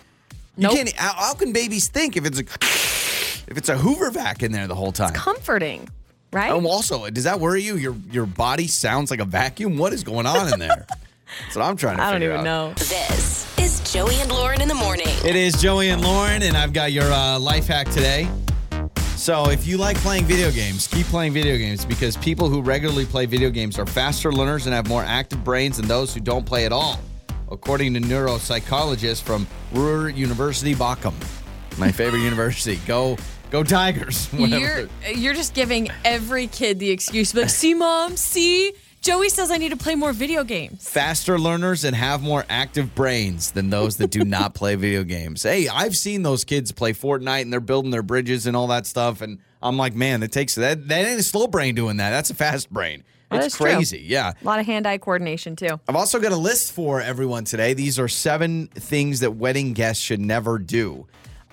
[SPEAKER 1] You
[SPEAKER 2] Nope.
[SPEAKER 1] can't. e-, How, how can babies think if it's a if it's a Hoover vac in there the whole time?
[SPEAKER 2] Comforting, right?
[SPEAKER 1] Um, also, does that worry you? Your your body sounds like a vacuum. What is going on in
[SPEAKER 2] [LAUGHS]
[SPEAKER 1] there? That's what I'm trying to.
[SPEAKER 2] I don't
[SPEAKER 1] figure
[SPEAKER 2] even
[SPEAKER 1] out.
[SPEAKER 2] know.
[SPEAKER 3] This is Joey and Lauren in the morning.
[SPEAKER 1] It is Joey and Lauren, and I've got your uh, life hack today. So, if you like playing video games, keep playing video games because people who regularly play video games are faster learners and have more active brains than those who don't play at all, according to neuropsychologists from Ruhr University Bochum, my favorite [LAUGHS] university. Go, go Tigers! [LAUGHS] [LAUGHS] whatever.
[SPEAKER 2] You're you're just giving every kid the excuse, like, see, mom, see. Joey says I need to play more video games.
[SPEAKER 1] faster learners and have more active brains than those that do not play video games. Hey, I've seen those kids play Fortnite and they're building their bridges and all that stuff. And I'm like, man, it takes that. That ain't a slow brain doing that. That's a fast brain.
[SPEAKER 2] That
[SPEAKER 1] It's
[SPEAKER 2] is true.
[SPEAKER 1] crazy. Yeah.
[SPEAKER 2] A lot of hand-eye coordination too.
[SPEAKER 1] I've also got a list for everyone today. These are seven things that wedding guests should never do.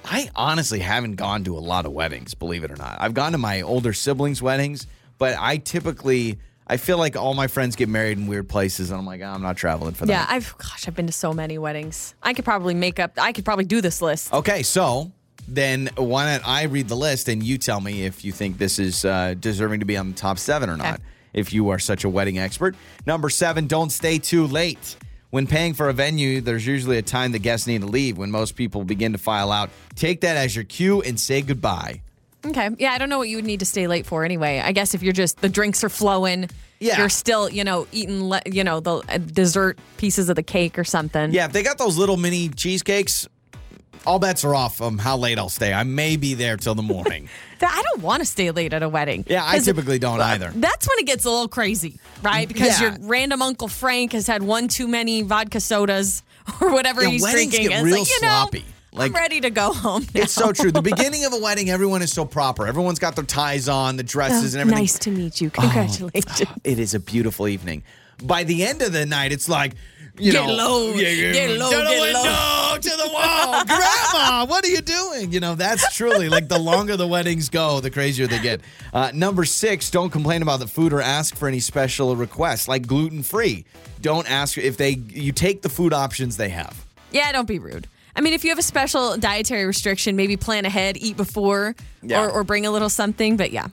[SPEAKER 1] I honestly haven't gone to a lot of weddings, believe it or not. I've gone to my older siblings' weddings, but I typically I feel like all my friends get married in weird places, and I'm like, "Ah, I'm not traveling for that.
[SPEAKER 2] Yeah, I've gosh, I've been to so many weddings. I could probably make up. I could probably do this list.
[SPEAKER 1] Okay, so then why don't I read the list and you tell me if you think this is uh, deserving to be on the top seven or not, if you are such a wedding expert. Number seven, don't stay too late. When paying for a venue, there's usually a time the guests need to leave when most people begin to file out. Take that as your cue and say goodbye.
[SPEAKER 2] Okay. Yeah, I don't know what you would need to stay late for anyway. I guess if you're just the drinks are flowing,
[SPEAKER 1] Yeah.
[SPEAKER 2] you're still you know eating le- you know the uh, dessert pieces of the cake or something.
[SPEAKER 1] Yeah, if they got those little mini cheesecakes, all bets are off on how late I'll stay. I may be there till the morning.
[SPEAKER 2] Th- I don't want to stay late at a wedding.
[SPEAKER 1] yeah, I
[SPEAKER 2] 'Cause
[SPEAKER 1] typically don't either.
[SPEAKER 2] That's when it gets a little crazy, right? Because
[SPEAKER 1] Mm, Yeah.
[SPEAKER 2] your random Uncle Frank has had one too many vodka sodas [LAUGHS] or whatever
[SPEAKER 1] Yeah,
[SPEAKER 2] he's
[SPEAKER 1] weddings
[SPEAKER 2] drinking.
[SPEAKER 1] get
[SPEAKER 2] and it's
[SPEAKER 1] real
[SPEAKER 2] like, you know,
[SPEAKER 1] sloppy. Like-
[SPEAKER 2] I'm ready to go home. Now.
[SPEAKER 1] It's so true. The beginning of a wedding, everyone is so proper. Everyone's got their ties on, the dresses, and everything. Oh.
[SPEAKER 2] Oh, nice to meet you. Congratulations.
[SPEAKER 1] It is a beautiful evening. By the end of the night, it's like, you
[SPEAKER 2] Get
[SPEAKER 1] know,
[SPEAKER 2] low, get low,
[SPEAKER 1] to the
[SPEAKER 2] get
[SPEAKER 1] window, to the
[SPEAKER 2] [LAUGHS]
[SPEAKER 1] wall, Grandma. What are you doing? You know, that's truly like the longer the weddings go, the crazier they get. Uh, number six, don't complain about the food or ask for any special requests, like gluten free. Don't ask if they. You take the food options they have.
[SPEAKER 2] [LAUGHS] Yeah, don't be rude. I mean, if you have a special dietary restriction, maybe plan ahead, eat before,
[SPEAKER 1] Yeah.
[SPEAKER 2] or, or bring a little something. But yeah,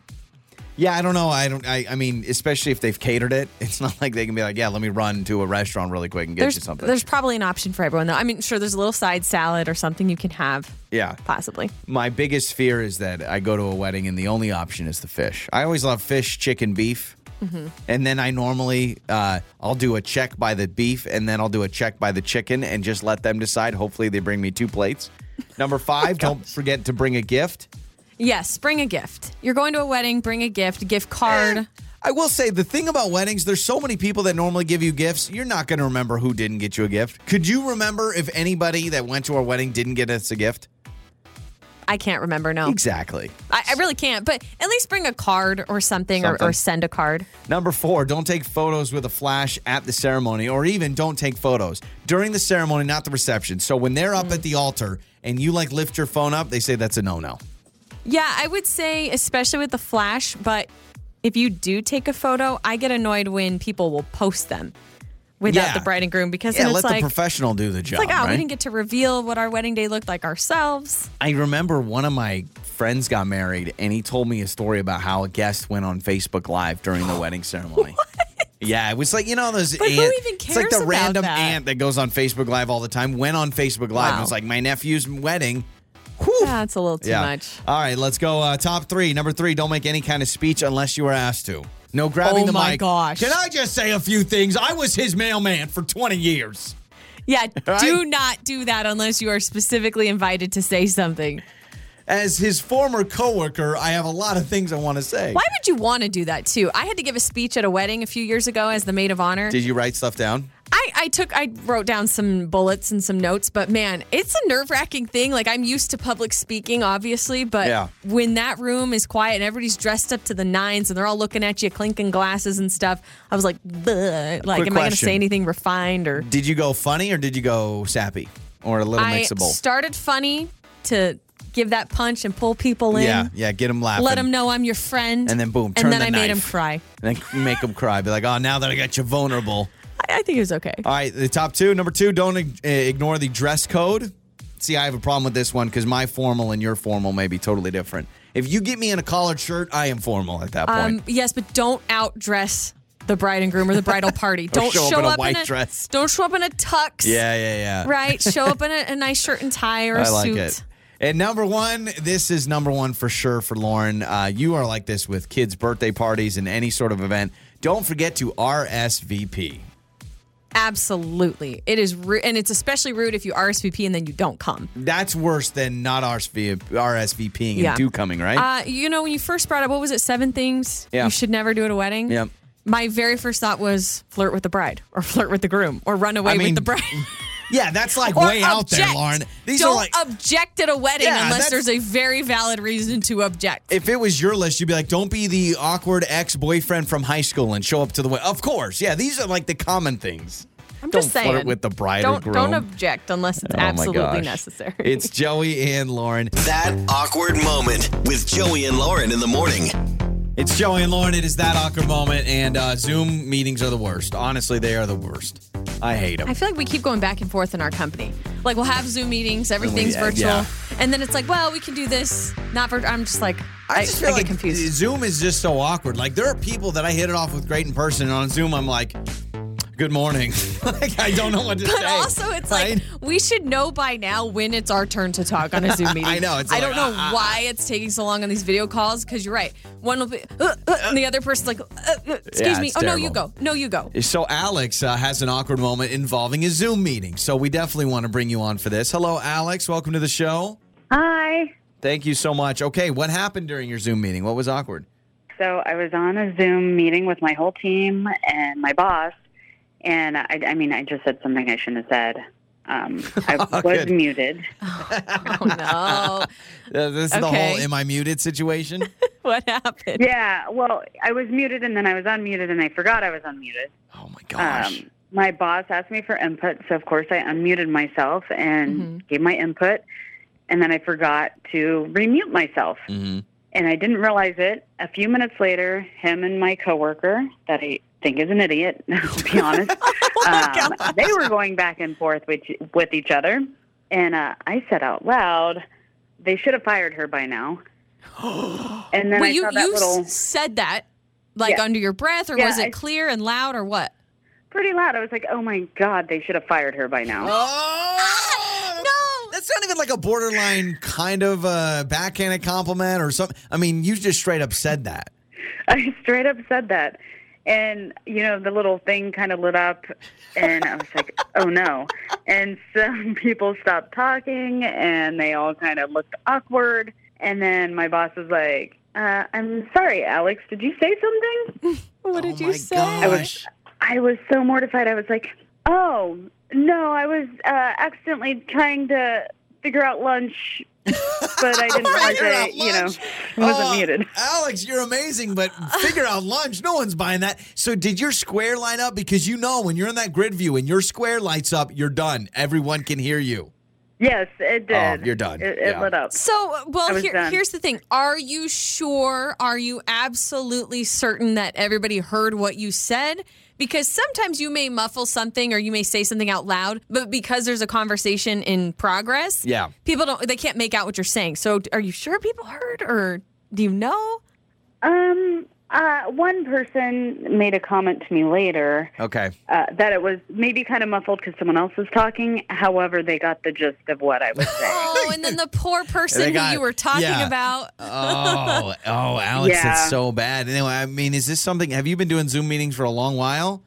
[SPEAKER 1] Yeah, I don't know. I don't. I, I mean, especially if they've catered it, [LAUGHS] it's not like they can be like, yeah, let me run to a restaurant really quick and get you
[SPEAKER 2] there's
[SPEAKER 1] something.
[SPEAKER 2] there's probably an option for everyone though. I mean, sure, there's a little side salad or something you can have.
[SPEAKER 1] Yeah.
[SPEAKER 2] possibly.
[SPEAKER 1] My biggest fear is that I go to a wedding and the only option is the fish. I always love fish, chicken, beef.
[SPEAKER 2] Mm-hmm.
[SPEAKER 1] And then I normally uh, I'll do a check by the beef, and then I'll do a check by the chicken, and just let them decide. Hopefully, they bring me two plates. Number
[SPEAKER 2] [LAUGHS]
[SPEAKER 1] five, don't forget to bring a gift.
[SPEAKER 2] Yes, bring a gift. You're going to a wedding, bring a gift, gift card.
[SPEAKER 1] [LAUGHS] I will say the thing about weddings, there's so many people that normally give you gifts. You're not going to remember who didn't get you a gift. Could you remember if anybody that went to our wedding didn't get us a gift?
[SPEAKER 2] I can't remember. No,
[SPEAKER 1] Exactly.
[SPEAKER 2] I, I really can't. But at least bring a card or something, Or,
[SPEAKER 1] Something.
[SPEAKER 2] or send a card.
[SPEAKER 1] Number four, don't take photos with a flash at the ceremony, or even don't take photos during the ceremony, not the reception. So when they're up
[SPEAKER 2] Mm.
[SPEAKER 1] at the altar and you like lift your phone up, they say that's a no no.
[SPEAKER 2] Yeah, I would say, especially with the flash, but if you do take a photo, I get annoyed when people will post them without
[SPEAKER 1] Yeah.
[SPEAKER 2] the bride and groom because
[SPEAKER 1] Yeah,
[SPEAKER 2] then
[SPEAKER 1] let
[SPEAKER 2] it's like,
[SPEAKER 1] the professional do the job.
[SPEAKER 2] it's like, oh,
[SPEAKER 1] right?
[SPEAKER 2] we didn't get to reveal what our wedding day looked like ourselves.
[SPEAKER 1] I remember one of my friends got married and he told me a story about how a guest went on Facebook Live during
[SPEAKER 2] [GASPS]
[SPEAKER 1] the wedding ceremony. Yeah, it was like you know those.
[SPEAKER 2] But who
[SPEAKER 1] aunt-
[SPEAKER 2] even
[SPEAKER 1] It's like
[SPEAKER 2] cares
[SPEAKER 1] the
[SPEAKER 2] about
[SPEAKER 1] random
[SPEAKER 2] that?
[SPEAKER 1] aunt that goes on Facebook Live all the time. Went on Facebook Live and
[SPEAKER 2] Wow.
[SPEAKER 1] was like, "My nephew's wedding." Whew.
[SPEAKER 2] Yeah, it's a little too
[SPEAKER 1] Yeah.
[SPEAKER 2] much.
[SPEAKER 1] [LAUGHS] All right, let's go. Uh, top three. Number three, don't make any kind of speech unless you are asked to. No grabbing
[SPEAKER 2] Oh
[SPEAKER 1] the mic.
[SPEAKER 2] my gosh.
[SPEAKER 1] Can I just say a few things? I was his mailman for 20 years.
[SPEAKER 2] Yeah,
[SPEAKER 1] Right?
[SPEAKER 2] do not do that unless you are specifically invited to say something.
[SPEAKER 1] As his former coworker, I have a lot of things I want to say.
[SPEAKER 2] Why would you want to do that too? I had to give a speech at a wedding a few years ago as the maid of honor.
[SPEAKER 1] Did you write stuff down?
[SPEAKER 2] I, I took I wrote down some bullets and some notes, but man, it's a nerve wracking thing. Like I'm used to public speaking, obviously, but
[SPEAKER 1] Yeah.
[SPEAKER 2] when that room is quiet and everybody's dressed up to the nines and they're all looking at you, clinking glasses and stuff, I was like, "Bleh." like,
[SPEAKER 1] Quick
[SPEAKER 2] am I going to
[SPEAKER 1] question.
[SPEAKER 2] say anything refined or?
[SPEAKER 1] Did you go funny or did you go sappy or a little
[SPEAKER 2] I
[SPEAKER 1] mixable?
[SPEAKER 2] started funny to give that punch and pull people in.
[SPEAKER 1] yeah, yeah. Get him laughing.
[SPEAKER 2] Let them know I'm your friend.
[SPEAKER 1] And then boom, turn
[SPEAKER 2] And then
[SPEAKER 1] the
[SPEAKER 2] I made
[SPEAKER 1] knife.
[SPEAKER 2] him cry.
[SPEAKER 1] And then make him cry. Be like, oh, now that I got you vulnerable.
[SPEAKER 2] I, I think it was okay.
[SPEAKER 1] All right, the top two. Number two, don't ig- uh, ignore the dress code. See, I have a problem with this one because my formal and your formal may be totally different. If you get me in a collared shirt, I am formal at that point.
[SPEAKER 2] Um, yes, but don't outdress the bride and groom or the
[SPEAKER 1] [LAUGHS]
[SPEAKER 2] bridal party. don't
[SPEAKER 1] show
[SPEAKER 2] show,
[SPEAKER 1] up in a
[SPEAKER 2] up
[SPEAKER 1] white
[SPEAKER 2] in a
[SPEAKER 1] dress.
[SPEAKER 2] Don't show up in a tux.
[SPEAKER 1] yeah, yeah, yeah.
[SPEAKER 2] Right. Show up in a, a nice shirt and tie or
[SPEAKER 1] [LAUGHS]
[SPEAKER 2] a
[SPEAKER 1] I like
[SPEAKER 2] suit.
[SPEAKER 1] it. And number one, this is number one for sure for Lauren. Uh, you are like this with kids' birthday parties and any sort of event. Don't forget to RSVP.
[SPEAKER 2] Absolutely. It is, ru- and it's especially rude if you RSVP and then you don't come.
[SPEAKER 1] That's worse than not RSV- RSVPing and
[SPEAKER 2] Yeah.
[SPEAKER 1] do coming, right?
[SPEAKER 2] Uh, you know, when you first brought up, what was it? Seven things
[SPEAKER 1] Yeah.
[SPEAKER 2] you should never do at a wedding.
[SPEAKER 1] Yep.
[SPEAKER 2] my very first thought was flirt with the bride or flirt with the groom or run away
[SPEAKER 1] I mean,
[SPEAKER 2] with
[SPEAKER 1] [LAUGHS]
[SPEAKER 2] the bride. [LAUGHS]
[SPEAKER 1] Yeah, that's like
[SPEAKER 2] Or
[SPEAKER 1] way out there,
[SPEAKER 2] object.
[SPEAKER 1] Lauren. These
[SPEAKER 2] Don't
[SPEAKER 1] are like
[SPEAKER 2] object at a wedding
[SPEAKER 1] Yeah,
[SPEAKER 2] unless
[SPEAKER 1] that's-
[SPEAKER 2] there's a very valid reason to object.
[SPEAKER 1] if it was your list, you'd be like, don't be the awkward ex boyfriend from high school and show up to the wedding. Of course. Yeah, these are like the common things.
[SPEAKER 2] I'm
[SPEAKER 1] don't
[SPEAKER 2] just saying.
[SPEAKER 1] flirt with the bride
[SPEAKER 2] don't,
[SPEAKER 1] or groom.
[SPEAKER 2] Don't object unless it's
[SPEAKER 1] Oh my
[SPEAKER 2] absolutely
[SPEAKER 1] gosh.
[SPEAKER 2] necessary.
[SPEAKER 1] It's Joey and Lauren.
[SPEAKER 4] That awkward moment with Joey and Lauren in the morning.
[SPEAKER 1] It's Joey and Lauren. It is that awkward moment, and uh, Zoom meetings are the worst. Honestly, they are the worst. I hate them.
[SPEAKER 2] I feel like we keep going back and forth in our company. Like we'll have Zoom meetings, everything's
[SPEAKER 1] yeah,
[SPEAKER 2] virtual,
[SPEAKER 1] yeah.
[SPEAKER 2] and then it's like, well, we can do this, not virtual. I'm just like, I,
[SPEAKER 1] just
[SPEAKER 2] I
[SPEAKER 1] feel
[SPEAKER 2] get
[SPEAKER 1] like
[SPEAKER 2] confused.
[SPEAKER 1] Zoom is just so awkward. Like there are people that I hit it off with great in person, and on Zoom I'm like, "Good morning." [LAUGHS] like I don't know what to
[SPEAKER 2] [LAUGHS] But
[SPEAKER 1] say.
[SPEAKER 2] also, it's
[SPEAKER 1] right?
[SPEAKER 2] like we should know by now when it's our turn to talk on a
[SPEAKER 1] [LAUGHS]
[SPEAKER 2] Zoom meeting.
[SPEAKER 1] I know, it's
[SPEAKER 2] I
[SPEAKER 1] like,
[SPEAKER 2] don't know
[SPEAKER 1] ah, ah,
[SPEAKER 2] why it's taking so long on these video calls because you're right. One will be, uh, uh, and the other person's like, uh, uh, excuse
[SPEAKER 1] Yeah,
[SPEAKER 2] me.
[SPEAKER 1] it's
[SPEAKER 2] Oh no, you go.
[SPEAKER 1] terrible.
[SPEAKER 2] No, you go. [LAUGHS]
[SPEAKER 1] So Alex uh, has an awkward moment involving a Zoom meeting. So we definitely want to bring you on for this. Hello, Alex. Welcome to the show.
[SPEAKER 7] Hi.
[SPEAKER 1] Thank you so much. Okay, what happened during your Zoom meeting? What was awkward? [LAUGHS]
[SPEAKER 7] So I was on a Zoom meeting with my whole team and my boss, and I, I mean, I just said something I shouldn't have said.
[SPEAKER 1] [LAUGHS]
[SPEAKER 7] Um, I was
[SPEAKER 1] Good.
[SPEAKER 7] muted.
[SPEAKER 2] Oh
[SPEAKER 1] [LAUGHS]
[SPEAKER 2] no,
[SPEAKER 1] Uh, this is the
[SPEAKER 2] Okay.
[SPEAKER 1] whole "Am I muted?" situation.
[SPEAKER 2] [LAUGHS] what happened?
[SPEAKER 7] Yeah, well, I was muted and then I was unmuted and I forgot I was unmuted.
[SPEAKER 1] oh my gosh.
[SPEAKER 7] Um, my boss asked me for input, so of course I unmuted myself and
[SPEAKER 1] Mm-hmm.
[SPEAKER 7] gave my input, and then I forgot to remute myself.
[SPEAKER 1] Mhm.
[SPEAKER 7] And I didn't realize it. A few minutes later, him and my coworker, that I think is an idiot, [LAUGHS] to be honest, um, they were going back and forth with, with each other. And uh, I said out loud, they should have fired her by now. and then
[SPEAKER 2] Wait,
[SPEAKER 7] I
[SPEAKER 2] you
[SPEAKER 7] saw that
[SPEAKER 2] you
[SPEAKER 7] little
[SPEAKER 2] s- said that like
[SPEAKER 7] Yeah.
[SPEAKER 2] under your breath, or
[SPEAKER 7] Yeah,
[SPEAKER 2] was it
[SPEAKER 7] I-
[SPEAKER 2] clear and loud, or what?
[SPEAKER 7] pretty loud. I was like, oh my God, they should have fired her by now.
[SPEAKER 1] Oh
[SPEAKER 2] no.
[SPEAKER 1] That's not even like a borderline kind of uh, backhanded compliment or something. I mean, you just straight up said that.
[SPEAKER 7] [LAUGHS] I straight up said that. And, you know, the little thing kind of lit up, and I was like, [LAUGHS] oh no. And some [LAUGHS] people stopped talking, and they all kind of looked awkward. And then my boss was like, uh, I'm sorry, Alex, did you say something?
[SPEAKER 2] What
[SPEAKER 1] oh
[SPEAKER 2] did
[SPEAKER 1] my
[SPEAKER 2] you say?
[SPEAKER 1] Gosh.
[SPEAKER 7] I was so mortified. I was like, oh, no, I was uh, accidentally trying to figure out lunch,
[SPEAKER 1] [LAUGHS]
[SPEAKER 7] but I didn't realize
[SPEAKER 1] Figure
[SPEAKER 7] I,
[SPEAKER 1] out
[SPEAKER 7] you know,
[SPEAKER 1] lunch.
[SPEAKER 7] wasn't
[SPEAKER 1] Uh,
[SPEAKER 7] muted.
[SPEAKER 1] Alex, you're amazing, but figure out lunch. No one's buying that. So, did your square light up? Because you know, when you're in that grid view and your square lights up, you're done. Everyone can hear you.
[SPEAKER 7] Yes, it did.
[SPEAKER 1] Oh, you're done.
[SPEAKER 7] It, it
[SPEAKER 1] Yeah.
[SPEAKER 7] lit up.
[SPEAKER 2] So, uh, well,
[SPEAKER 7] I was
[SPEAKER 2] here,
[SPEAKER 7] done.
[SPEAKER 2] here's the thing. Are you sure? Are you absolutely certain that everybody heard what you said? Because sometimes you may muffle something or you may say something out loud, but because there's a conversation in progress,
[SPEAKER 1] Yeah.
[SPEAKER 2] people don't, they can't make out what you're saying. So, d- are you sure people heard or do you know?
[SPEAKER 7] Um, uh, one person made a comment to me later
[SPEAKER 1] Okay.
[SPEAKER 7] uh, that it was maybe kind of muffled because someone else was talking. However, they got the gist of what I was
[SPEAKER 1] [LAUGHS]
[SPEAKER 7] saying.
[SPEAKER 2] Oh, and then the poor person
[SPEAKER 1] got-
[SPEAKER 2] who you were talking
[SPEAKER 1] yeah.
[SPEAKER 2] about.
[SPEAKER 1] Oh, oh, Alex,
[SPEAKER 7] Yeah.
[SPEAKER 1] that's so bad. Anyway, I mean, is this something? Have you been doing Zoom meetings for a long while?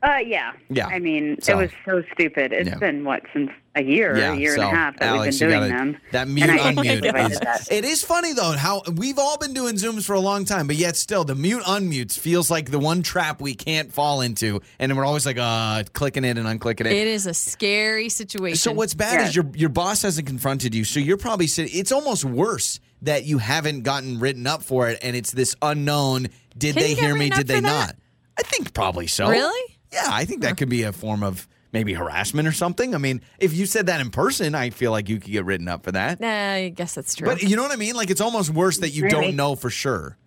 [SPEAKER 7] uh, yeah.
[SPEAKER 1] Yeah,
[SPEAKER 7] I mean,
[SPEAKER 1] so-
[SPEAKER 7] it was so stupid. It's
[SPEAKER 1] Yeah.
[SPEAKER 7] been what since a year, a year
[SPEAKER 1] so,
[SPEAKER 7] and a half that
[SPEAKER 1] Alex,
[SPEAKER 7] we've
[SPEAKER 1] you
[SPEAKER 7] been doing
[SPEAKER 1] gotta-
[SPEAKER 7] them.
[SPEAKER 1] That mute
[SPEAKER 7] And I
[SPEAKER 1] unmute.
[SPEAKER 7] can't believe I
[SPEAKER 1] is-
[SPEAKER 7] did that.
[SPEAKER 1] It is funny though how we've all been doing zooms for a long time, but yet still the mute unmutes feels like the one trap we can't fall into, and we're always like uh clicking it and unclicking it.
[SPEAKER 2] It is a scary situation.
[SPEAKER 1] so what's bad is
[SPEAKER 7] Yes.
[SPEAKER 1] your your boss hasn't confronted you, so you're probably sitting. It's almost worse that you haven't gotten written up for it, and it's this unknown. Did
[SPEAKER 2] Can
[SPEAKER 1] they
[SPEAKER 2] you get
[SPEAKER 1] hear me?
[SPEAKER 2] written up
[SPEAKER 1] Did they
[SPEAKER 2] for that?
[SPEAKER 1] not? I think probably so.
[SPEAKER 2] Really?
[SPEAKER 1] Yeah, I think that could be a form of maybe harassment or something. I mean, if you said that in person, I feel like you could get written up for that.
[SPEAKER 2] Nah, I guess that's true.
[SPEAKER 1] But you know what I mean? Like it's almost worse that you don't
[SPEAKER 7] Really?
[SPEAKER 1] know for sure.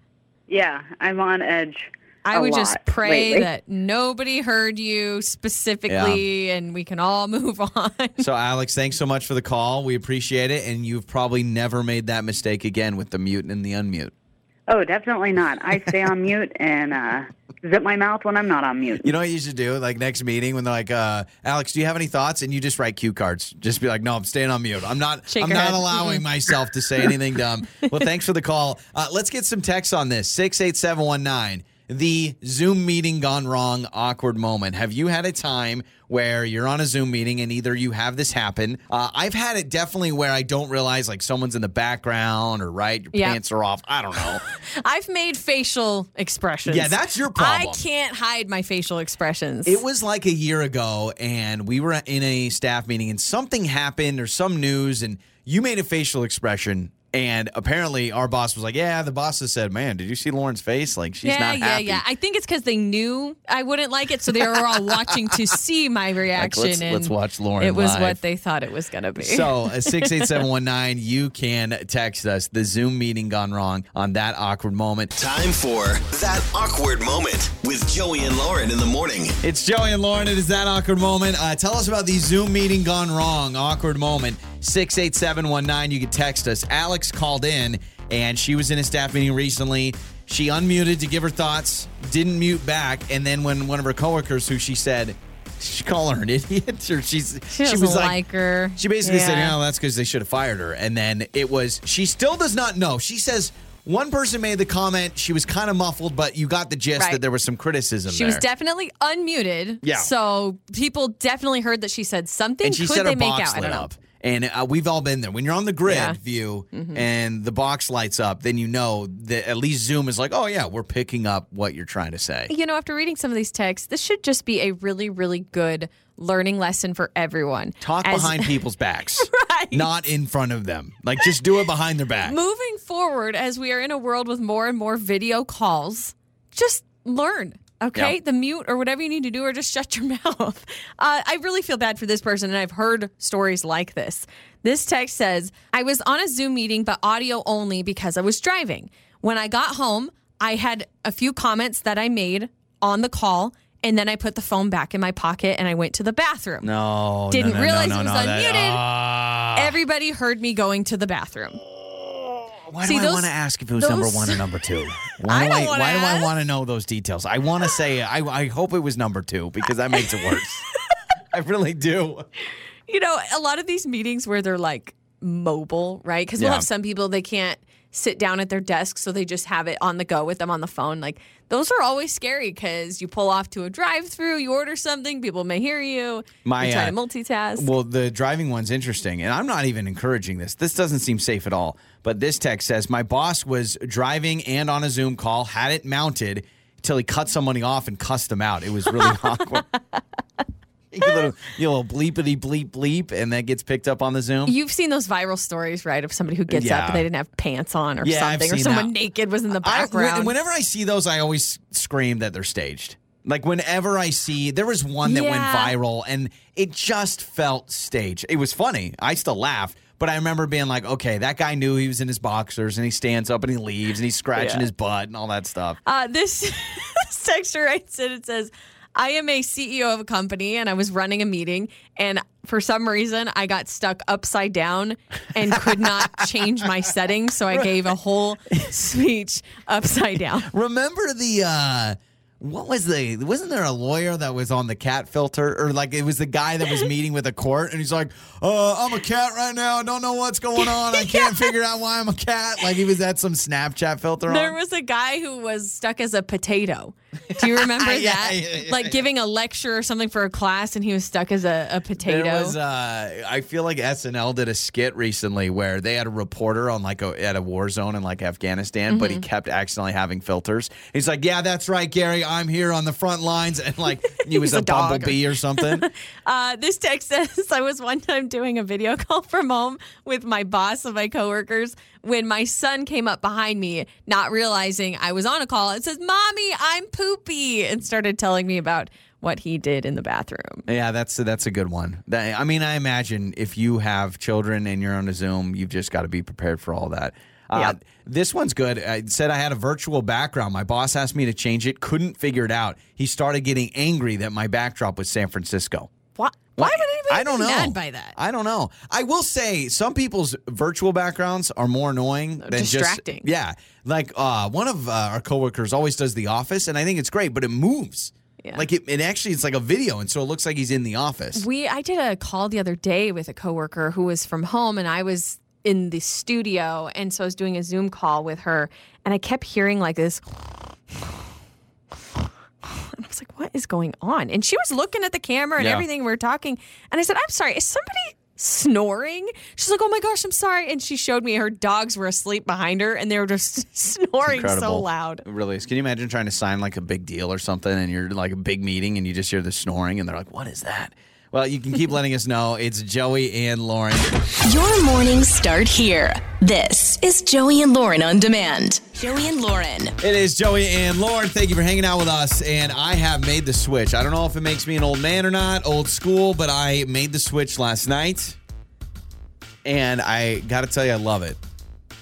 [SPEAKER 7] Yeah, I'm on edge.
[SPEAKER 2] I
[SPEAKER 7] a
[SPEAKER 2] would just
[SPEAKER 7] lot
[SPEAKER 2] pray
[SPEAKER 7] lately.
[SPEAKER 2] that nobody heard you specifically and we can all [LAUGHS] move on.
[SPEAKER 1] So Alex, thanks so much for the call. We appreciate it, and you've probably never made that mistake again with the mute and the unmute.
[SPEAKER 7] Oh, definitely not. I stay on mute and uh, zip my mouth when I'm not on mute.
[SPEAKER 1] You know what you should do? Like next meeting when they're like, uh, "Alex, do you have any thoughts?" and you just write cue cards. Just be like, "No, I'm staying on mute. I'm not.
[SPEAKER 2] Shake
[SPEAKER 1] I'm
[SPEAKER 2] your
[SPEAKER 1] not
[SPEAKER 2] head. Mm-hmm.
[SPEAKER 1] allowing myself
[SPEAKER 2] [LAUGHS]
[SPEAKER 1] to say anything dumb." Well, thanks for the call. Uh, let's get some texts on this six eight seven one nine. the Zoom meeting gone wrong awkward moment. Have you had a time where you're on a Zoom meeting and either you have this happen? Uh, I've had it definitely where I don't realize like someone's in the background or right, your
[SPEAKER 2] Yeah.
[SPEAKER 1] pants are off. I don't know.
[SPEAKER 2] [LAUGHS] I've made facial expressions.
[SPEAKER 1] Yeah, that's your problem.
[SPEAKER 2] I can't hide my facial expressions.
[SPEAKER 1] It was like a year ago, and we were in a staff meeting, and something happened or some news, and you made a facial expression. And apparently, our boss was like, Yeah, the boss has said, Man, did you see Lauren's face? Like, she's
[SPEAKER 2] yeah,
[SPEAKER 1] not
[SPEAKER 2] yeah,
[SPEAKER 1] happy.
[SPEAKER 2] yeah. I think it's because they knew I wouldn't like it, so they were all
[SPEAKER 1] [LAUGHS]
[SPEAKER 2] watching to see my
[SPEAKER 1] Like,
[SPEAKER 2] reaction.
[SPEAKER 1] let's,
[SPEAKER 2] and
[SPEAKER 1] let's watch Lauren.
[SPEAKER 2] It was
[SPEAKER 1] live.
[SPEAKER 2] what they thought it was going to be.
[SPEAKER 1] So, uh, 68719, you can text us the Zoom meeting gone wrong on that awkward moment.
[SPEAKER 4] Time for That Awkward Moment with Joey and Lauren in the morning.
[SPEAKER 1] It's Joey and Lauren. It is that awkward moment. Uh, tell us about the Zoom meeting gone wrong. Awkward moment. 68719. You can text us. Alex called in and she was in a staff meeting recently. She unmuted to give her thoughts, didn't mute back. And then when one of her coworkers, who she said, [LAUGHS] she called her an [LAUGHS] idiot, or she's,
[SPEAKER 2] she, doesn't
[SPEAKER 1] was
[SPEAKER 2] like,
[SPEAKER 1] like,
[SPEAKER 2] her.
[SPEAKER 1] she basically said,
[SPEAKER 2] Yeah.
[SPEAKER 1] "No, that's because they should have fired her." And then it was she still does not know. She says one person made the comment. She was kind of muffled, but you got the gist
[SPEAKER 2] Right.
[SPEAKER 1] that there was some criticism.
[SPEAKER 2] She was
[SPEAKER 1] there.
[SPEAKER 2] definitely unmuted.
[SPEAKER 1] Yeah.
[SPEAKER 2] So people definitely heard that she said something.
[SPEAKER 1] and she
[SPEAKER 2] Could
[SPEAKER 1] said
[SPEAKER 2] they
[SPEAKER 1] her
[SPEAKER 2] make
[SPEAKER 1] box
[SPEAKER 2] out? I
[SPEAKER 1] lit
[SPEAKER 2] don't know.
[SPEAKER 1] up. And uh, we've all been there. When you're on the grid
[SPEAKER 2] Yeah. Mm-hmm.
[SPEAKER 1] view and the box lights up, then you know that at least Zoom is like, "Oh yeah, we're picking up what you're trying to say."
[SPEAKER 2] You know, after reading some of these texts, this should just be a really, really good learning lesson for everyone.
[SPEAKER 1] Talk
[SPEAKER 2] As- [LAUGHS]
[SPEAKER 1] behind people's backs,
[SPEAKER 2] Right.
[SPEAKER 1] not in front of them. Like just do it behind their back.
[SPEAKER 2] Moving forward, as we are in a world with more and more video calls, just learn. Okay,
[SPEAKER 1] Yeah.
[SPEAKER 2] the mute or whatever you need to do, or just shut your [LAUGHS] mouth. Uh, I really feel bad for this person, and I've heard stories like this. This text says, I was on a Zoom meeting, but audio only because I was driving. When I got home, I had a few comments that I made on the call, and then I put the phone back in my pocket and I went to the bathroom.
[SPEAKER 1] No, no,
[SPEAKER 2] Didn't
[SPEAKER 1] no, no,
[SPEAKER 2] realize
[SPEAKER 1] no,
[SPEAKER 2] it was
[SPEAKER 1] no, that-
[SPEAKER 2] unmuted.
[SPEAKER 1] Ah.
[SPEAKER 2] Everybody heard me going to the bathroom.
[SPEAKER 1] Why
[SPEAKER 2] See,
[SPEAKER 1] do I
[SPEAKER 2] those-
[SPEAKER 1] want to ask if it was
[SPEAKER 2] those-
[SPEAKER 1] number one or number two? Why
[SPEAKER 2] [LAUGHS] I
[SPEAKER 1] do
[SPEAKER 2] don't
[SPEAKER 1] I,
[SPEAKER 2] wanna
[SPEAKER 1] why do I
[SPEAKER 2] ask.
[SPEAKER 1] want to know those details? I want to say I, I hope it was number two because that makes it
[SPEAKER 2] [LAUGHS]
[SPEAKER 1] worse. I really do.
[SPEAKER 2] you know, a lot of these meetings where they're like mobile, right? Because we'll
[SPEAKER 1] Yeah.
[SPEAKER 2] have some people they can't sit down at their desk, so they just have it on the go with them on the phone. Like those are always scary because you pull off to a drive-through, you order something, people may hear you.
[SPEAKER 1] My,
[SPEAKER 2] you try
[SPEAKER 1] uh,
[SPEAKER 2] to multitask.
[SPEAKER 1] Well, the driving one's interesting, and I'm not even encouraging this. This doesn't seem safe at all. But this text says my boss was driving and on a Zoom call, had it mounted till he cut somebody off and cussed them out. It was really awkward. [LAUGHS] You little, you little bleepity bleep bleep, and that gets picked up on the Zoom.
[SPEAKER 2] You've seen those viral stories, right, of somebody who gets
[SPEAKER 1] Yeah.
[SPEAKER 2] up and they didn't have pants on or
[SPEAKER 1] Yeah, I've
[SPEAKER 2] something, or
[SPEAKER 1] seen
[SPEAKER 2] someone
[SPEAKER 1] that.
[SPEAKER 2] naked was in the
[SPEAKER 1] I-
[SPEAKER 2] background.
[SPEAKER 1] when- whenever I see those, I always scream that they're staged. Like whenever I see, there was one that went
[SPEAKER 2] Yeah.
[SPEAKER 1] viral, and it just felt staged. It was funny. I still laugh, but I remember being like, "Okay, that guy knew he was in his boxers, and he stands up and he leaves, and he's scratching his butt and all that stuff."
[SPEAKER 2] Uh, this, [LAUGHS] this texture writes in, it says, I am a CEO of a company and I was running a meeting and for some reason I got stuck upside down and
[SPEAKER 1] [LAUGHS]
[SPEAKER 2] could not change my settings. So I gave a whole speech
[SPEAKER 1] [LAUGHS]
[SPEAKER 2] upside down.
[SPEAKER 1] Remember the uh what was the wasn't there a lawyer that was on the cat filter or like it was the guy that
[SPEAKER 2] [LAUGHS]
[SPEAKER 1] was meeting with a court and he's like, "Uh, I'm a cat right now. I don't know what's going
[SPEAKER 2] [LAUGHS]
[SPEAKER 1] on. I can't figure out why I'm a cat." Like he was at some Snapchat filter
[SPEAKER 2] There
[SPEAKER 1] on.
[SPEAKER 2] was a guy who was stuck as a potato. Do you
[SPEAKER 1] [LAUGHS]
[SPEAKER 2] remember
[SPEAKER 1] Yeah,
[SPEAKER 2] that?
[SPEAKER 1] yeah, yeah,
[SPEAKER 2] like giving a lecture or something for a class and he was stuck as a, a potato.
[SPEAKER 1] There was, uh, I feel like SNL did a skit recently where they had a reporter on like a, at a war zone in like Afghanistan, but he
[SPEAKER 2] Mm-hmm.
[SPEAKER 1] kept accidentally having filters. He's like, "Yeah, that's right, Gary. I'm here on the front lines," and like he was
[SPEAKER 2] [LAUGHS] He's
[SPEAKER 1] a,
[SPEAKER 2] a dog.
[SPEAKER 1] bumblebee or
[SPEAKER 2] [LAUGHS]
[SPEAKER 1] something.
[SPEAKER 2] Uh, this text [LAUGHS] says I was one time doing a video call from home with my boss and my coworkers when my son came up behind me, not realizing I was on a call. It says, "Mommy, I'm poopy," and started telling me about what he did in the bathroom.
[SPEAKER 1] Yeah, that's that's a good one. That, I mean, I imagine if you have children and you're on a Zoom, you've just got to be prepared for all that. Uh, This one's good. I said I had a virtual background. My boss asked me to change it, couldn't figure it out. He started getting angry that my backdrop was San Francisco.
[SPEAKER 2] Why? Why
[SPEAKER 1] Like,
[SPEAKER 2] would anybody
[SPEAKER 1] I don't
[SPEAKER 2] be
[SPEAKER 1] know.
[SPEAKER 2] mad by that?
[SPEAKER 1] I don't know. I will say some people's virtual backgrounds are more annoying than just-
[SPEAKER 2] Distracting.
[SPEAKER 1] yeah, like uh, one of uh, our coworkers always does the office, and I think it's great, but it moves.
[SPEAKER 2] Yeah.
[SPEAKER 1] Like it, it actually, it's like a video, and so it looks like he's in the office.
[SPEAKER 2] We I did a call the other day with a coworker who was from home and I was in the studio and so I was doing a Zoom call with her and I kept hearing like this was like, what is going on? And she was looking at the camera and
[SPEAKER 8] Yeah.
[SPEAKER 2] everything. We were talking. And I said, I'm sorry, is somebody snoring? She's like, oh my gosh, I'm sorry. And she showed me her dogs were asleep behind her and they were just [LAUGHS] snoring so
[SPEAKER 1] Incredible.
[SPEAKER 2] loud.
[SPEAKER 1] It really is. Can you imagine trying to sign like a big deal or something and you're like a big meeting and you just hear the snoring and they're like, what is that? Well, you can keep letting us know. It's Joey and Lauren.
[SPEAKER 3] Your mornings start here. This is Joey and Lauren on demand. Joey and Lauren.
[SPEAKER 1] It is Joey and Lauren. Thank you for hanging out with us. And I have made the switch. I don't know if it makes me an old man or not, old school, but I made the switch last night. And I got to tell you, I love it.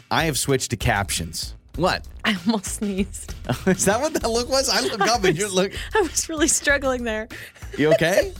[SPEAKER 1] I have switched to captions. What?
[SPEAKER 2] I almost sneezed.
[SPEAKER 1] [LAUGHS] Is that what that look was? I look up and you're look.
[SPEAKER 2] I was really struggling there.
[SPEAKER 1] You okay?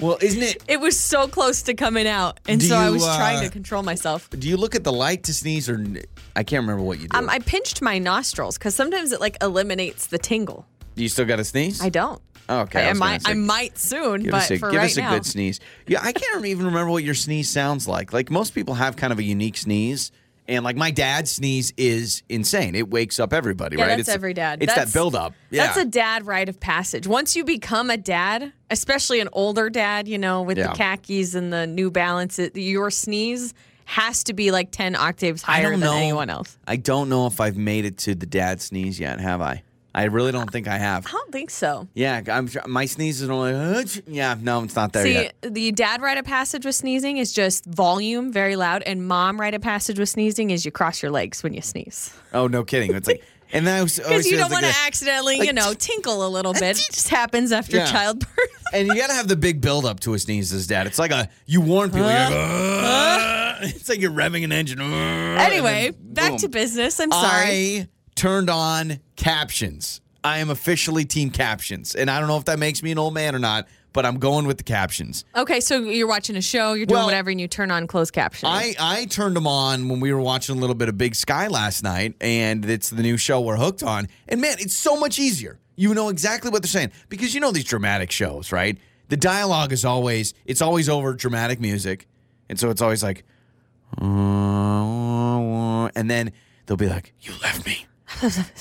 [SPEAKER 1] Well, isn't it
[SPEAKER 2] It was so close to coming out. And
[SPEAKER 1] Do
[SPEAKER 2] so I
[SPEAKER 1] you,
[SPEAKER 2] was
[SPEAKER 1] uh,
[SPEAKER 2] trying to control myself.
[SPEAKER 1] Do you look at the light to sneeze, or n- I can't remember what you do?
[SPEAKER 2] Um, I pinched my nostrils because sometimes it like eliminates the tingle.
[SPEAKER 8] Do you still got to sneeze?
[SPEAKER 2] I don't.
[SPEAKER 8] Okay, I
[SPEAKER 2] I,
[SPEAKER 8] was gonna
[SPEAKER 2] might.
[SPEAKER 8] say-
[SPEAKER 2] I might soon,
[SPEAKER 8] Give
[SPEAKER 2] but
[SPEAKER 8] us a,
[SPEAKER 2] for
[SPEAKER 8] give
[SPEAKER 2] right
[SPEAKER 8] us a
[SPEAKER 2] now,
[SPEAKER 8] good sneeze.
[SPEAKER 1] yeah, I can't even remember what your sneeze sounds like. Like most people have kind of a unique sneeze, and like my dad's sneeze is insane. It wakes up everybody,
[SPEAKER 2] yeah,
[SPEAKER 1] right? it's,
[SPEAKER 2] that's every dad.
[SPEAKER 1] It's
[SPEAKER 2] that's,
[SPEAKER 1] that buildup. Yeah,
[SPEAKER 2] That's a dad rite of passage. Once you become a dad, especially an older dad, you know, with
[SPEAKER 1] Yeah.
[SPEAKER 2] the khakis and the New Balance, it, your sneeze has to be like ten octaves
[SPEAKER 1] I
[SPEAKER 2] higher
[SPEAKER 1] don't
[SPEAKER 2] than
[SPEAKER 1] know.
[SPEAKER 2] anyone else.
[SPEAKER 1] I don't know if I've made it to the dad sneeze yet. Have I? I really don't think I have.
[SPEAKER 2] I don't think so.
[SPEAKER 1] Yeah, I'm. sure- My sneeze is only. uh, Oh, yeah, no, it's not there
[SPEAKER 2] See,
[SPEAKER 1] yet.
[SPEAKER 2] the dad rite of passage with sneezing is just volume, very loud, and mom rite of passage with sneezing is you cross your legs when you sneeze
[SPEAKER 1] Oh no, kidding. It's like, and then I
[SPEAKER 2] [LAUGHS]
[SPEAKER 1] was.
[SPEAKER 2] because you don't want to
[SPEAKER 1] act.
[SPEAKER 2] accidentally, you
[SPEAKER 1] like,
[SPEAKER 2] know, tinkle a little bit. It just happens after
[SPEAKER 1] Yeah.
[SPEAKER 2] childbirth.
[SPEAKER 1] And you gotta have the big build up to a sneeze as dad. It's like a you warn people. you're like, "Ugh." [LAUGHS] it's like you're revving an engine. "Ugh," and then
[SPEAKER 2] [LAUGHS] Anyway, back
[SPEAKER 1] boom.
[SPEAKER 2] to business. I'm sorry.
[SPEAKER 1] I turned on captions. I am officially team captions, and I don't know if that makes me an old man or not, but I'm going with the captions.
[SPEAKER 2] okay, so you're watching a show, you're doing
[SPEAKER 1] Well,
[SPEAKER 2] whatever, and you turn on closed captions.
[SPEAKER 1] I I turned them on when we were watching a little bit of Big Sky last night, and it's the new show we're hooked on. And man, it's so much easier. You know exactly what they're saying because you know these dramatic shows, right? The dialogue is always it's always over dramatic music, and so it's always like, "Uh, and then they'll be like, "You left [LAUGHS] me,"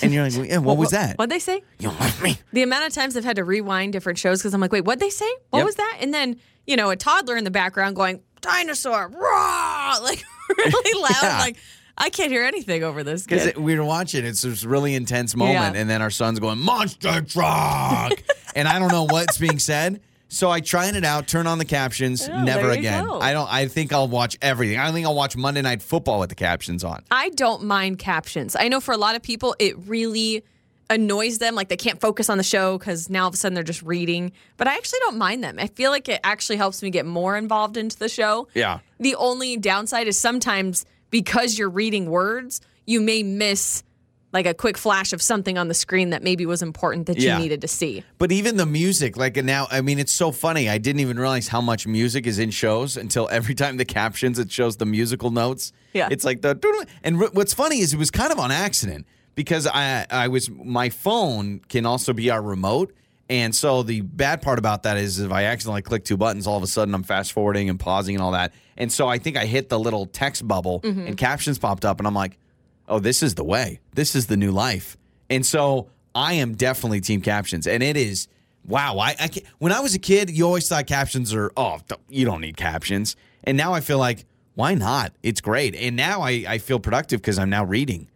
[SPEAKER 1] and you're like, "Yeah, "What was that?
[SPEAKER 2] What'd they say?
[SPEAKER 1] You left me."
[SPEAKER 2] The amount of times I've had to rewind different shows because I'm like, wait, what'd they say? What
[SPEAKER 1] Yep.
[SPEAKER 2] was that? And then, you know, a toddler in the background going, dinosaur, raw, [LAUGHS] like
[SPEAKER 1] [LAUGHS]
[SPEAKER 2] really loud.
[SPEAKER 1] Yeah.
[SPEAKER 2] Like, I can't hear anything over this.
[SPEAKER 1] Because
[SPEAKER 2] kid.
[SPEAKER 1] we were watching, it's this really intense moment,
[SPEAKER 2] Yeah.
[SPEAKER 1] and then our son's going monster
[SPEAKER 2] [LAUGHS]
[SPEAKER 1] truck, and I don't know what's being said. So I tried it out, turn on the captions,
[SPEAKER 2] Yeah,
[SPEAKER 1] never
[SPEAKER 2] Oh, there you
[SPEAKER 1] again.
[SPEAKER 2] go.
[SPEAKER 1] I don't. I think I'll watch everything. I think I'll watch Monday Night Football with the captions on.
[SPEAKER 2] I don't mind captions. I know for a lot of people, it really annoys them. Like they can't focus on the show because now all of a sudden they're just reading. But I actually don't mind them. I feel like it actually helps me get more involved into the show.
[SPEAKER 1] Yeah.
[SPEAKER 2] The only downside is sometimes because you're reading words, you may miss like a quick flash of something on the screen that maybe was important that
[SPEAKER 1] Yeah.
[SPEAKER 2] you needed to see.
[SPEAKER 1] But even the music, like and now, I mean, it's so funny. I didn't even realize how much music is in shows until every time the captions it shows the musical notes.
[SPEAKER 2] Yeah.
[SPEAKER 1] it's like the and wh- what's funny is it was kind of on accident because I I was my phone can also be our remote. And so the bad part about that is if I accidentally click two buttons, all of a sudden I'm fast forwarding and pausing and all that. And so I think I hit the little text bubble and captions popped up, and I'm like, oh, this is the way. This is the new life. And so I am definitely team captions. And it is, wow. I, I can't- When I was a kid, you always thought captions are, oh, th- you don't need captions. And now I feel like, why not? It's great. And now I, I feel productive because I'm now reading.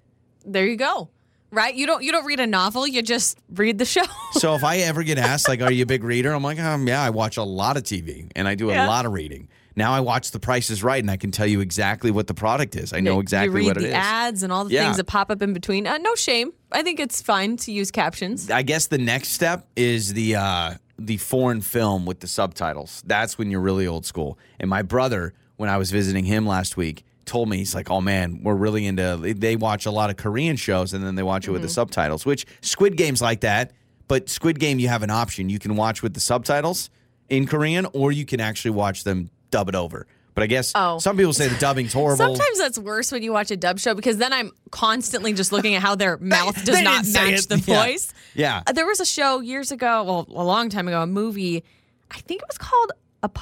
[SPEAKER 2] There you go. Right? You don't you don't read a novel, you just read the show. [LAUGHS]
[SPEAKER 1] So if I ever get asked, like, are you a big reader? I'm like, um, yeah, I watch a lot of TV and I do a
[SPEAKER 2] Yeah.
[SPEAKER 1] lot of reading. Now I watch The Price is Right and I can tell you exactly what the product is. I know
[SPEAKER 2] you
[SPEAKER 1] exactly
[SPEAKER 2] read
[SPEAKER 1] what it
[SPEAKER 2] the
[SPEAKER 1] is.
[SPEAKER 2] ads and all the
[SPEAKER 1] Yeah.
[SPEAKER 2] things that pop up in between. Uh, no shame. I think it's fine to use captions.
[SPEAKER 1] I guess the next step is the uh, the foreign film with the subtitles. That's when you're really old school. And my brother, when I was visiting him last week, told me he's like, "Oh man, we're really into." They watch a lot of Korean shows and then they watch it
[SPEAKER 2] Mm-hmm.
[SPEAKER 1] with the subtitles. Which Squid Game's like that, but Squid Game you have an option. You can watch with the subtitles in Korean, or you can actually watch them dub it over. But I guess
[SPEAKER 2] Oh.
[SPEAKER 1] some people say the dubbing's horrible.
[SPEAKER 2] Sometimes that's worse when you watch a dub show because then I'm constantly just looking at how
[SPEAKER 1] [LAUGHS]
[SPEAKER 2] their mouth does
[SPEAKER 1] they
[SPEAKER 2] not
[SPEAKER 1] didn't say
[SPEAKER 2] match
[SPEAKER 1] it.
[SPEAKER 2] the
[SPEAKER 1] Yeah.
[SPEAKER 2] voice.
[SPEAKER 1] yeah,
[SPEAKER 2] Uh, There was a show years ago, well, a long time ago, a movie. I think it was called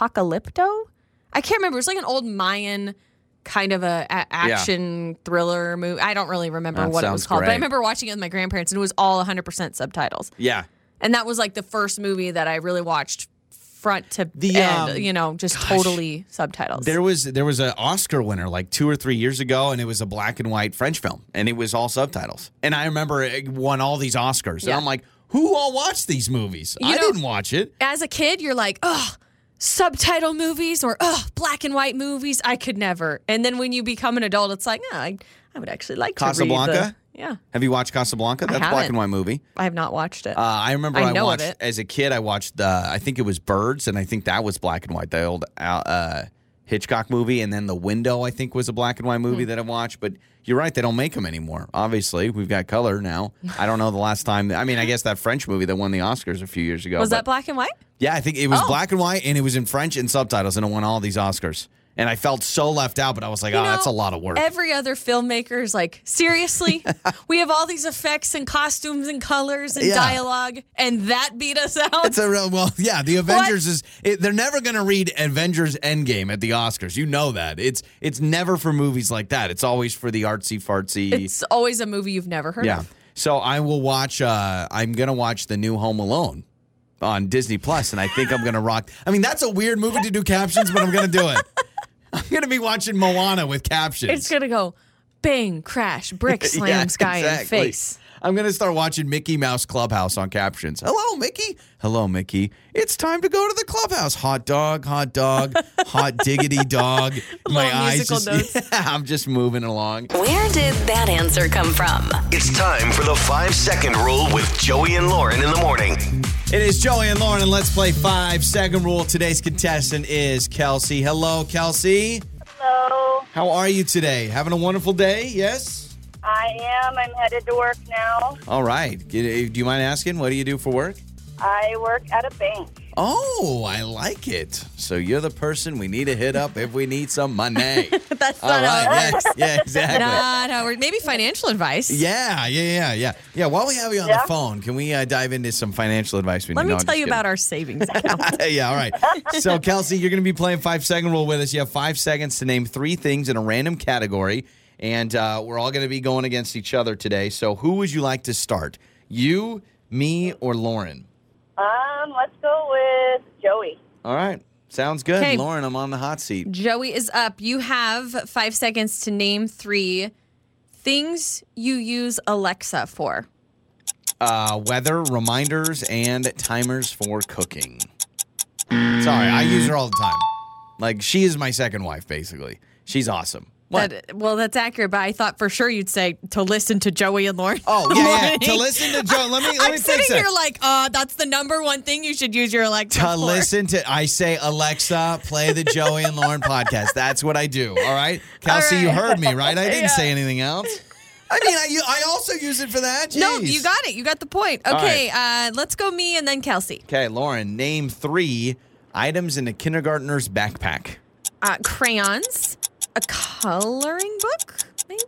[SPEAKER 2] Apocalypto. I can't remember. It was like an old Mayan kind of a, a- action thriller movie. I don't really remember
[SPEAKER 1] That
[SPEAKER 2] what it was
[SPEAKER 1] sounds
[SPEAKER 2] called, but I
[SPEAKER 1] great.
[SPEAKER 2] remember watching it with my grandparents, and it was all 100% subtitles.
[SPEAKER 1] yeah.
[SPEAKER 2] And that was like the first movie that I really watched front to
[SPEAKER 1] The,
[SPEAKER 2] end,
[SPEAKER 1] um,
[SPEAKER 2] you know, just
[SPEAKER 1] gosh.
[SPEAKER 2] totally subtitles.
[SPEAKER 1] There was there was an Oscar winner like two or three years ago, and it was a black and white French film, and it was all subtitles. And I remember it won all these Oscars, and
[SPEAKER 2] Yeah.
[SPEAKER 1] I'm like, who all watched these movies?
[SPEAKER 2] You
[SPEAKER 1] I
[SPEAKER 2] know-
[SPEAKER 1] didn't watch it.
[SPEAKER 2] As a kid, you're like, oh, subtitle movies or oh, black and white movies. I could never. And then when you become an adult, it's like, no, I, I would actually like to read
[SPEAKER 1] Casablanca?
[SPEAKER 2] the, Yeah.
[SPEAKER 1] Have you watched Casablanca? That's a black
[SPEAKER 2] haven't.
[SPEAKER 1] and white movie.
[SPEAKER 2] I have not watched it.
[SPEAKER 1] Uh, I remember
[SPEAKER 2] I
[SPEAKER 1] I,
[SPEAKER 2] know of
[SPEAKER 1] watched
[SPEAKER 2] it.
[SPEAKER 1] as a kid. I watched the I think it was Birds, and I think that was black and white. The old uh, uh, Hitchcock movie, and then The Window. I think was a black and white movie
[SPEAKER 2] Hmm.
[SPEAKER 1] that I watched. But you're right, they don't make them anymore. Obviously, we've got color now. I don't know the last time. I mean, I guess that French movie that won the Oscars a few years ago.
[SPEAKER 2] was
[SPEAKER 1] but-
[SPEAKER 2] that black and white?
[SPEAKER 1] Yeah, I think it was
[SPEAKER 2] Oh.
[SPEAKER 1] black and white, and it was in French and subtitles, and it won all these Oscars. And I felt so left out, but I was like, oh,
[SPEAKER 2] You know,
[SPEAKER 1] that's a lot of work.
[SPEAKER 2] Every other filmmaker is like,
[SPEAKER 1] [LAUGHS]
[SPEAKER 2] seriously, we have all these effects and costumes and colors and
[SPEAKER 1] Yeah.
[SPEAKER 2] dialogue, and that beat us out.
[SPEAKER 1] It's a real well, [LAUGHS] yeah. The Avengers is it, they're never going to read Avengers Endgame at the Oscars. You know that. It's it's never for movies like that. It's always for the artsy fartsy.
[SPEAKER 2] It's always a movie you've never heard
[SPEAKER 1] yeah.
[SPEAKER 2] of.
[SPEAKER 1] So I will watch. uh I'm going to watch the new Home Alone on Disney Plus, and I think I'm going to rock. I mean, that's a weird movie to do captions, but I'm going to do it. [LAUGHS] I'm going to be watching Moana with captions.
[SPEAKER 2] It's gonna go bang,
[SPEAKER 1] [LAUGHS]
[SPEAKER 2] crash, brick slams guy
[SPEAKER 1] exactly.
[SPEAKER 2] in the face.
[SPEAKER 1] I'm going to start watching Mickey Mouse Clubhouse on captions. Hello, Mickey. Hello, Mickey. It's time to go to the clubhouse. Hot dog, hot dog, hot
[SPEAKER 2] [LAUGHS]
[SPEAKER 1] diggity dog. My
[SPEAKER 2] Little
[SPEAKER 1] eyes
[SPEAKER 2] musical
[SPEAKER 1] just, [LAUGHS]
[SPEAKER 2] notes.
[SPEAKER 1] Yeah, I'm just moving along.
[SPEAKER 3] Where did that answer come from?
[SPEAKER 4] It's time for the five second rule with Joey and Lauren in the morning.
[SPEAKER 1] It is Joey and Lauren, and let's play five second rule. Today's contestant is Kelsey. Hello, Kelsey.
[SPEAKER 9] Hello.
[SPEAKER 1] How are you today? Having a wonderful day? Yes.
[SPEAKER 9] I am. I'm headed to work now.
[SPEAKER 1] All right. Do you mind asking? What do you do for work?
[SPEAKER 9] I work at a bank.
[SPEAKER 1] Oh, I like it. So you're the person we need to hit up if we need some
[SPEAKER 2] [LAUGHS]
[SPEAKER 1] money.
[SPEAKER 2] That's
[SPEAKER 1] All
[SPEAKER 2] not
[SPEAKER 1] right.
[SPEAKER 2] how it
[SPEAKER 1] Yes.
[SPEAKER 2] [LAUGHS]
[SPEAKER 1] Yeah. Exactly.
[SPEAKER 2] not how it- maybe financial advice.
[SPEAKER 1] Yeah. Yeah. Yeah. Yeah. Yeah. While we have you on
[SPEAKER 9] Yeah.
[SPEAKER 1] the phone, can we uh, dive into some financial advice? We
[SPEAKER 2] Let
[SPEAKER 1] need?
[SPEAKER 2] me
[SPEAKER 1] No, I'm
[SPEAKER 2] tell
[SPEAKER 1] just
[SPEAKER 2] you
[SPEAKER 1] kidding.
[SPEAKER 2] about our savings account.
[SPEAKER 1] [LAUGHS]
[SPEAKER 2] [LAUGHS]
[SPEAKER 1] yeah, all right. So, Kelsey, you're going to be playing five second rule with us. You have five seconds to name three things in a random category, and uh, we're all going to be going against each other today. So, who would you like to start? You, me, or Lauren?
[SPEAKER 9] Um, let's go with Joey.
[SPEAKER 1] All right, sounds good.
[SPEAKER 2] Okay.
[SPEAKER 1] Lauren, I'm on the hot seat.
[SPEAKER 2] Joey is up. You have five seconds to name three things you use Alexa for.
[SPEAKER 1] uh, weather reminders and timers for cooking. Sorry, I use her all the time. Like she is my second wife, basically. She's awesome. What?
[SPEAKER 2] That- well, that's accurate, but I thought for sure you'd say to listen to Joey and Lauren. [LAUGHS]
[SPEAKER 1] oh yeah, yeah. To
[SPEAKER 2] Morning.
[SPEAKER 1] listen to Joe. Let me let
[SPEAKER 2] I'm
[SPEAKER 1] me fix
[SPEAKER 2] sitting
[SPEAKER 1] it.
[SPEAKER 2] here like, uh, that's the number one thing you should use your Alexa
[SPEAKER 1] to
[SPEAKER 2] for.
[SPEAKER 1] listen to, I say Alexa, play the Joey and Lauren podcast. That's what I do. All right, Kelsey, you
[SPEAKER 2] right.
[SPEAKER 1] heard me, right? I didn't say anything else. I mean, I, I also use it for that.
[SPEAKER 2] No,
[SPEAKER 1] Jeez.
[SPEAKER 2] you got it. You got the point.
[SPEAKER 1] All
[SPEAKER 2] Okay, uh, let's go me and then Kelsey.
[SPEAKER 1] Okay, Lauren, name three items in a kindergartner's backpack.
[SPEAKER 2] Uh, crayons, a coloring book, maybe?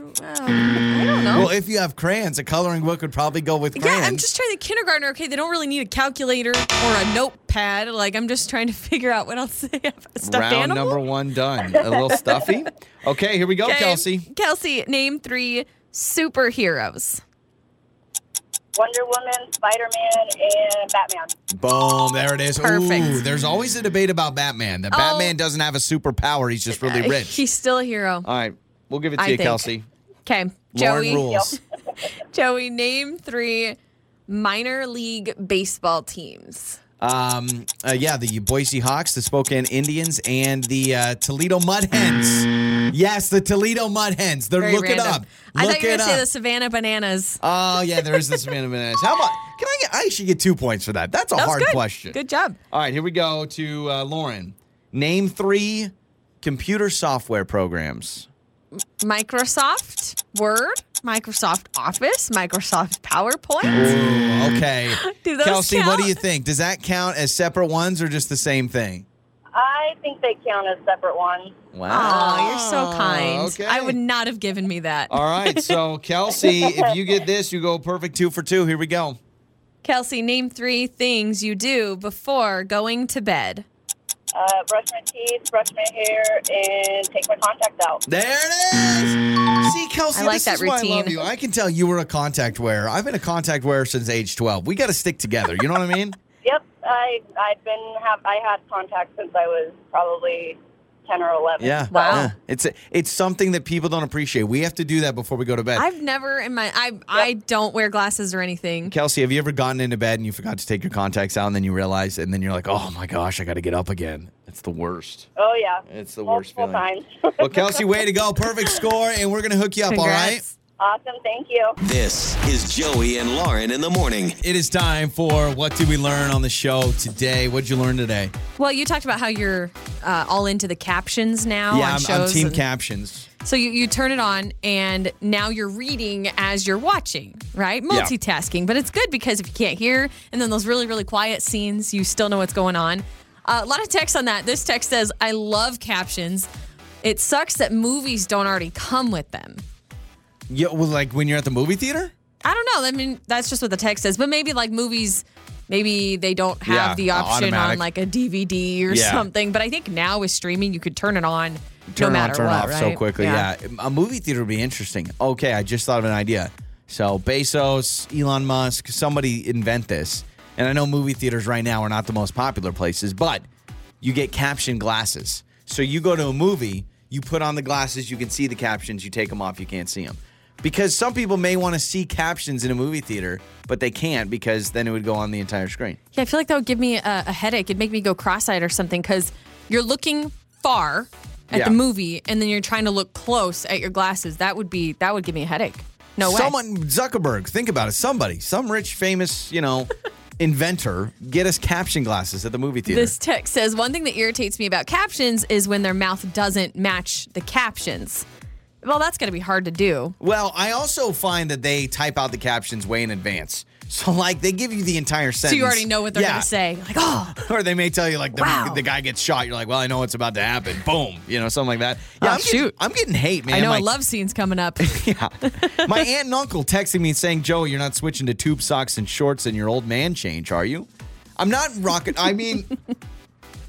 [SPEAKER 2] Um, uh, I don't know.
[SPEAKER 1] Well, Oh, if you have crayons, a coloring book would probably go with crayons.
[SPEAKER 2] yeah, I'm just trying to kindergartner. Okay, they don't really need a calculator or a notepad. Like, I'm just trying to [LAUGHS] figure out what else they have. A stuffed
[SPEAKER 1] Round
[SPEAKER 2] animal?
[SPEAKER 1] number one done. A little stuffy. Okay, here we go,
[SPEAKER 2] Okay,
[SPEAKER 1] Kelsey.
[SPEAKER 2] Kelsey, name three superheroes.
[SPEAKER 9] Wonder Woman, Spider Man, and Batman.
[SPEAKER 1] Boom, there it is.
[SPEAKER 2] Perfect.
[SPEAKER 1] Ooh, there's always a debate about Batman. That
[SPEAKER 2] Oh.
[SPEAKER 1] Batman doesn't have a superpower. He's just really
[SPEAKER 2] Uh,
[SPEAKER 1] rich.
[SPEAKER 2] [LAUGHS] He's still a hero.
[SPEAKER 1] All right, we'll give it to
[SPEAKER 2] I
[SPEAKER 1] you,
[SPEAKER 2] think.
[SPEAKER 1] Kelsey.
[SPEAKER 2] Okay,
[SPEAKER 1] Lauren
[SPEAKER 2] Joey.
[SPEAKER 1] rules.
[SPEAKER 2] Joey, name three minor league baseball teams.
[SPEAKER 1] Um, uh, yeah, the Boise Hawks, the Spokane Indians, and the uh, Toledo Mud
[SPEAKER 2] [GASPS]
[SPEAKER 1] Hens. Yes, the Toledo Mud Hens. They're
[SPEAKER 2] Very
[SPEAKER 1] look
[SPEAKER 2] random.
[SPEAKER 1] it up.
[SPEAKER 2] I
[SPEAKER 1] Look
[SPEAKER 2] thought you were
[SPEAKER 1] it
[SPEAKER 2] going to say
[SPEAKER 1] up.
[SPEAKER 2] the Savannah Bananas.
[SPEAKER 1] Oh yeah, there is the Savannah Bananas. How about? Can I get? I should get two points for that. That's a
[SPEAKER 2] That was
[SPEAKER 1] hard
[SPEAKER 2] good.
[SPEAKER 1] question.
[SPEAKER 2] Good job.
[SPEAKER 1] All right, here we go to uh, Lauren. Name three computer software programs.
[SPEAKER 2] Microsoft Word, Microsoft Office, Microsoft PowerPoint.
[SPEAKER 1] Okay.
[SPEAKER 2] Do [GASPS] those
[SPEAKER 1] Mm. Kelsey, what do
[SPEAKER 2] count?
[SPEAKER 1] you think? Does that count as separate ones or just the same thing?
[SPEAKER 9] I think they count as separate ones.
[SPEAKER 1] Wow.
[SPEAKER 2] Oh, you're so kind.
[SPEAKER 1] Okay.
[SPEAKER 2] I would not have given me that.
[SPEAKER 1] All right,
[SPEAKER 2] [LAUGHS]
[SPEAKER 1] so Kelsey, if you get this, you go perfect two for two. Here we go.
[SPEAKER 2] Kelsey, name three things you do before going to bed.
[SPEAKER 9] uh, brush my teeth, brush my hair, and take my contacts out.
[SPEAKER 1] There it is. See, Kelsey,
[SPEAKER 2] Mm. I like
[SPEAKER 1] this
[SPEAKER 2] that
[SPEAKER 1] is why I love
[SPEAKER 2] routine.
[SPEAKER 1] you. I can tell you were a contact wearer. I've been a contact wearer since age 12. We got to stick together. You know what I mean?
[SPEAKER 9] Yep, I I've been have I had contacts since I was probably ten or eleven.
[SPEAKER 1] Yeah.
[SPEAKER 2] [LAUGHS] Wow.
[SPEAKER 1] Yeah. It's it's something that people don't appreciate. We have to do that before we go to bed.
[SPEAKER 2] I've never in my I I don't wear glasses or anything.
[SPEAKER 1] Kelsey, have you ever gotten into bed and you forgot to take your contacts out and then you realize and then you're like, oh my gosh, I got to get up again? It's the worst.
[SPEAKER 9] Oh yeah.
[SPEAKER 10] It's the worst
[SPEAKER 9] Multiple
[SPEAKER 10] feeling.
[SPEAKER 9] times.
[SPEAKER 1] Well, Kelsey, way to go. Perfect score. And we're going to hook you up, all right?
[SPEAKER 2] Congrats.
[SPEAKER 9] [LAUGHS] awesome. Thank you.
[SPEAKER 4] This is Joey and Lauren in the morning.
[SPEAKER 1] It is time for What Did We Learn on the Show Today? What'd you learn today?
[SPEAKER 2] Well, you talked about how you're uh, all into the captions now Oh, on
[SPEAKER 1] yeah, I'm, I'm
[SPEAKER 2] shows.
[SPEAKER 1] team
[SPEAKER 2] and-
[SPEAKER 1] captions.
[SPEAKER 2] So you, you turn it on and now you're reading as you're watching, right? Multitasking. But it's good because if you can't hear and then those really, really quiet scenes, you still know what's going on. Uh, a lot of text on that. This text says, I love captions. It sucks that movies don't already come with them.
[SPEAKER 1] Yeah, well, like when you're at the movie theater?
[SPEAKER 2] I don't know. I mean, that's just what the text says. But maybe like movies, maybe they don't have
[SPEAKER 1] Yeah, uh,
[SPEAKER 2] the option on
[SPEAKER 1] automatic.
[SPEAKER 2] like a DVD or
[SPEAKER 1] Yeah.
[SPEAKER 2] something. But I think now with streaming, you could turn it on
[SPEAKER 1] turn
[SPEAKER 2] no
[SPEAKER 1] it on,
[SPEAKER 2] matter
[SPEAKER 1] turn
[SPEAKER 2] what,
[SPEAKER 1] it off so
[SPEAKER 2] right?
[SPEAKER 1] quickly. Yeah. a movie theater would be interesting. Okay, I just thought of an idea. So Bezos, Elon Musk, somebody invent this. And I know movie theaters right now are not the most popular places, but you get caption glasses. So you go to a movie, you put on the glasses, you can see the captions. You take them off, you can't see them. Because some people may want to see captions in a movie theater, but they can't because then it would go on the entire screen.
[SPEAKER 2] Yeah, I feel like that would give me a, a headache. It'd make me go cross-eyed or something because you're looking far at
[SPEAKER 1] Yeah.
[SPEAKER 2] the movie and then you're trying to look close at your glasses. That would be that would give me a headache. No way.
[SPEAKER 1] Someone Zuckerberg, think about it. Somebody, some rich, famous, you
[SPEAKER 2] [LAUGHS]
[SPEAKER 1] know, inventor, get us caption glasses at the movie theater.
[SPEAKER 2] This text says one thing that irritates me about captions is when their mouth doesn't match the captions. Well, that's going to be hard to do.
[SPEAKER 1] well, I also find that they type out the captions way in advance. So, like, they give you the entire sentence.
[SPEAKER 2] So you already know what they're
[SPEAKER 1] Yeah.
[SPEAKER 2] going to say. Like, oh,
[SPEAKER 1] [GASPS] Or they may tell you like the,
[SPEAKER 2] Wow.
[SPEAKER 1] the guy gets shot. You're like, well, I know what's about to happen. Boom, you know, something like that. Yeah,
[SPEAKER 2] Oh,
[SPEAKER 1] I'm
[SPEAKER 2] shoot.
[SPEAKER 1] Getting, I'm getting hate, man.
[SPEAKER 2] I know
[SPEAKER 1] My-
[SPEAKER 2] a love scene's
[SPEAKER 1] [LAUGHS]
[SPEAKER 2] coming up.
[SPEAKER 1] Yeah.
[SPEAKER 2] [LAUGHS]
[SPEAKER 1] My aunt and uncle texting me saying, Joe, you're not switching to tube socks and shorts and your old man change, are you? I'm not rocking. I
[SPEAKER 2] [LAUGHS]
[SPEAKER 1] mean,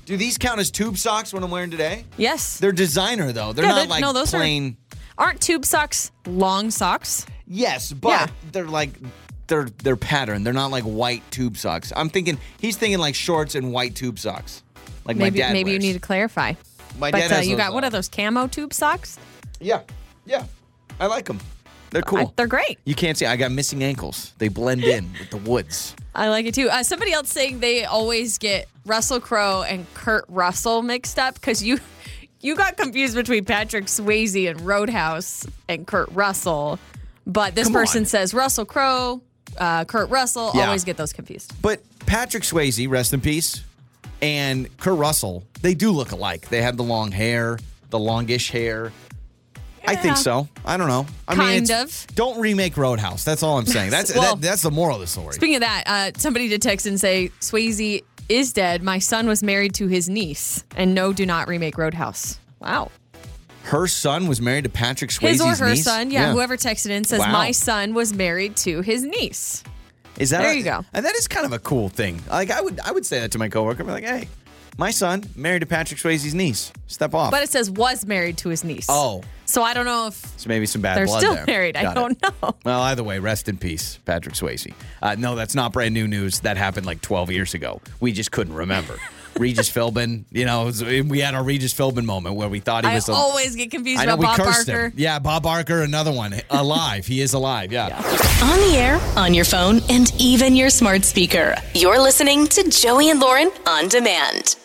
[SPEAKER 1] do these count as tube socks what I'm wearing today?
[SPEAKER 2] yes.
[SPEAKER 1] They're designer, though. They're
[SPEAKER 2] Yeah,
[SPEAKER 1] not
[SPEAKER 2] they're-
[SPEAKER 1] like
[SPEAKER 2] no, those are-
[SPEAKER 1] plain.
[SPEAKER 2] Aren't tube socks long socks?
[SPEAKER 1] Yes, but
[SPEAKER 2] Yeah.
[SPEAKER 1] they're like. They're, they're pattern. They're not like white tube socks. I'm thinking, he's thinking like shorts and white tube socks. Like
[SPEAKER 2] Maybe
[SPEAKER 1] my dad
[SPEAKER 2] maybe you
[SPEAKER 1] wears.
[SPEAKER 2] need to clarify.
[SPEAKER 1] My
[SPEAKER 2] but
[SPEAKER 1] dad
[SPEAKER 2] uh,
[SPEAKER 1] has
[SPEAKER 2] you
[SPEAKER 1] those
[SPEAKER 2] got what
[SPEAKER 1] on.
[SPEAKER 2] are those camo tube socks?
[SPEAKER 1] Yeah. Yeah. I like them. They're cool.
[SPEAKER 2] I- they're great.
[SPEAKER 1] You can't see. I got missing ankles. They blend in with the woods.
[SPEAKER 2] I like it too. Uh, somebody else saying they always get Russell Crowe and Kurt Russell mixed up because you you got confused between Patrick Swayze and Roadhouse and Kurt Russell. But this
[SPEAKER 1] Come on.
[SPEAKER 2] person says Russell Crowe, uh, Kurt Russell.
[SPEAKER 1] Yeah.
[SPEAKER 2] Always get those confused.
[SPEAKER 1] But Patrick Swayze, rest in peace, and Kurt Russell, they do look alike. They have the long hair, the longish hair. I think
[SPEAKER 2] Yeah.
[SPEAKER 1] so. I don't know. I mean,
[SPEAKER 2] Kind
[SPEAKER 1] it's-
[SPEAKER 2] of.
[SPEAKER 1] Don't remake Roadhouse. That's all I'm
[SPEAKER 2] [LAUGHS]
[SPEAKER 1] saying. That's
[SPEAKER 2] Well-
[SPEAKER 1] that, that's the moral of the story.
[SPEAKER 2] Speaking of that, uh, somebody did text and say Swayze is dead. My son was married to his niece, and no, do not remake Roadhouse. Wow.
[SPEAKER 1] her son was married to Patrick Swayze's
[SPEAKER 2] His or her
[SPEAKER 1] niece?
[SPEAKER 2] son, yeah, Whoever texted in says
[SPEAKER 1] Wow.
[SPEAKER 2] my son was married to his niece.
[SPEAKER 1] Is that
[SPEAKER 2] There
[SPEAKER 1] a-
[SPEAKER 2] you go.
[SPEAKER 1] And that is kind of a cool thing. Like I would I would say that to my coworker. I'd be like, hey, my son married to Patrick Swayze's niece. Step off.
[SPEAKER 2] But it says was married to his niece.
[SPEAKER 1] Oh.
[SPEAKER 2] So I don't know if
[SPEAKER 1] so maybe some bad
[SPEAKER 2] they're
[SPEAKER 1] blood
[SPEAKER 2] still
[SPEAKER 1] there.
[SPEAKER 2] married. I
[SPEAKER 1] Got it.
[SPEAKER 2] don't know.
[SPEAKER 1] Well, either way, rest in peace, Patrick Swayze. Uh, no, that's not brand new news. That happened like 12 years ago. We just couldn't
[SPEAKER 2] [LAUGHS]
[SPEAKER 1] remember. Regis Philbin, you know, it was- we had our Regis Philbin moment where we thought he
[SPEAKER 2] I
[SPEAKER 1] was. a-
[SPEAKER 2] always get confused
[SPEAKER 1] I know
[SPEAKER 2] about
[SPEAKER 1] we
[SPEAKER 2] Bob
[SPEAKER 1] cursed
[SPEAKER 2] Barker.
[SPEAKER 1] him. Yeah, Bob Barker, another one, alive. he is alive. yeah.
[SPEAKER 3] On the air, on your phone, and even your smart speaker. You're listening to Joey and Lauren on demand.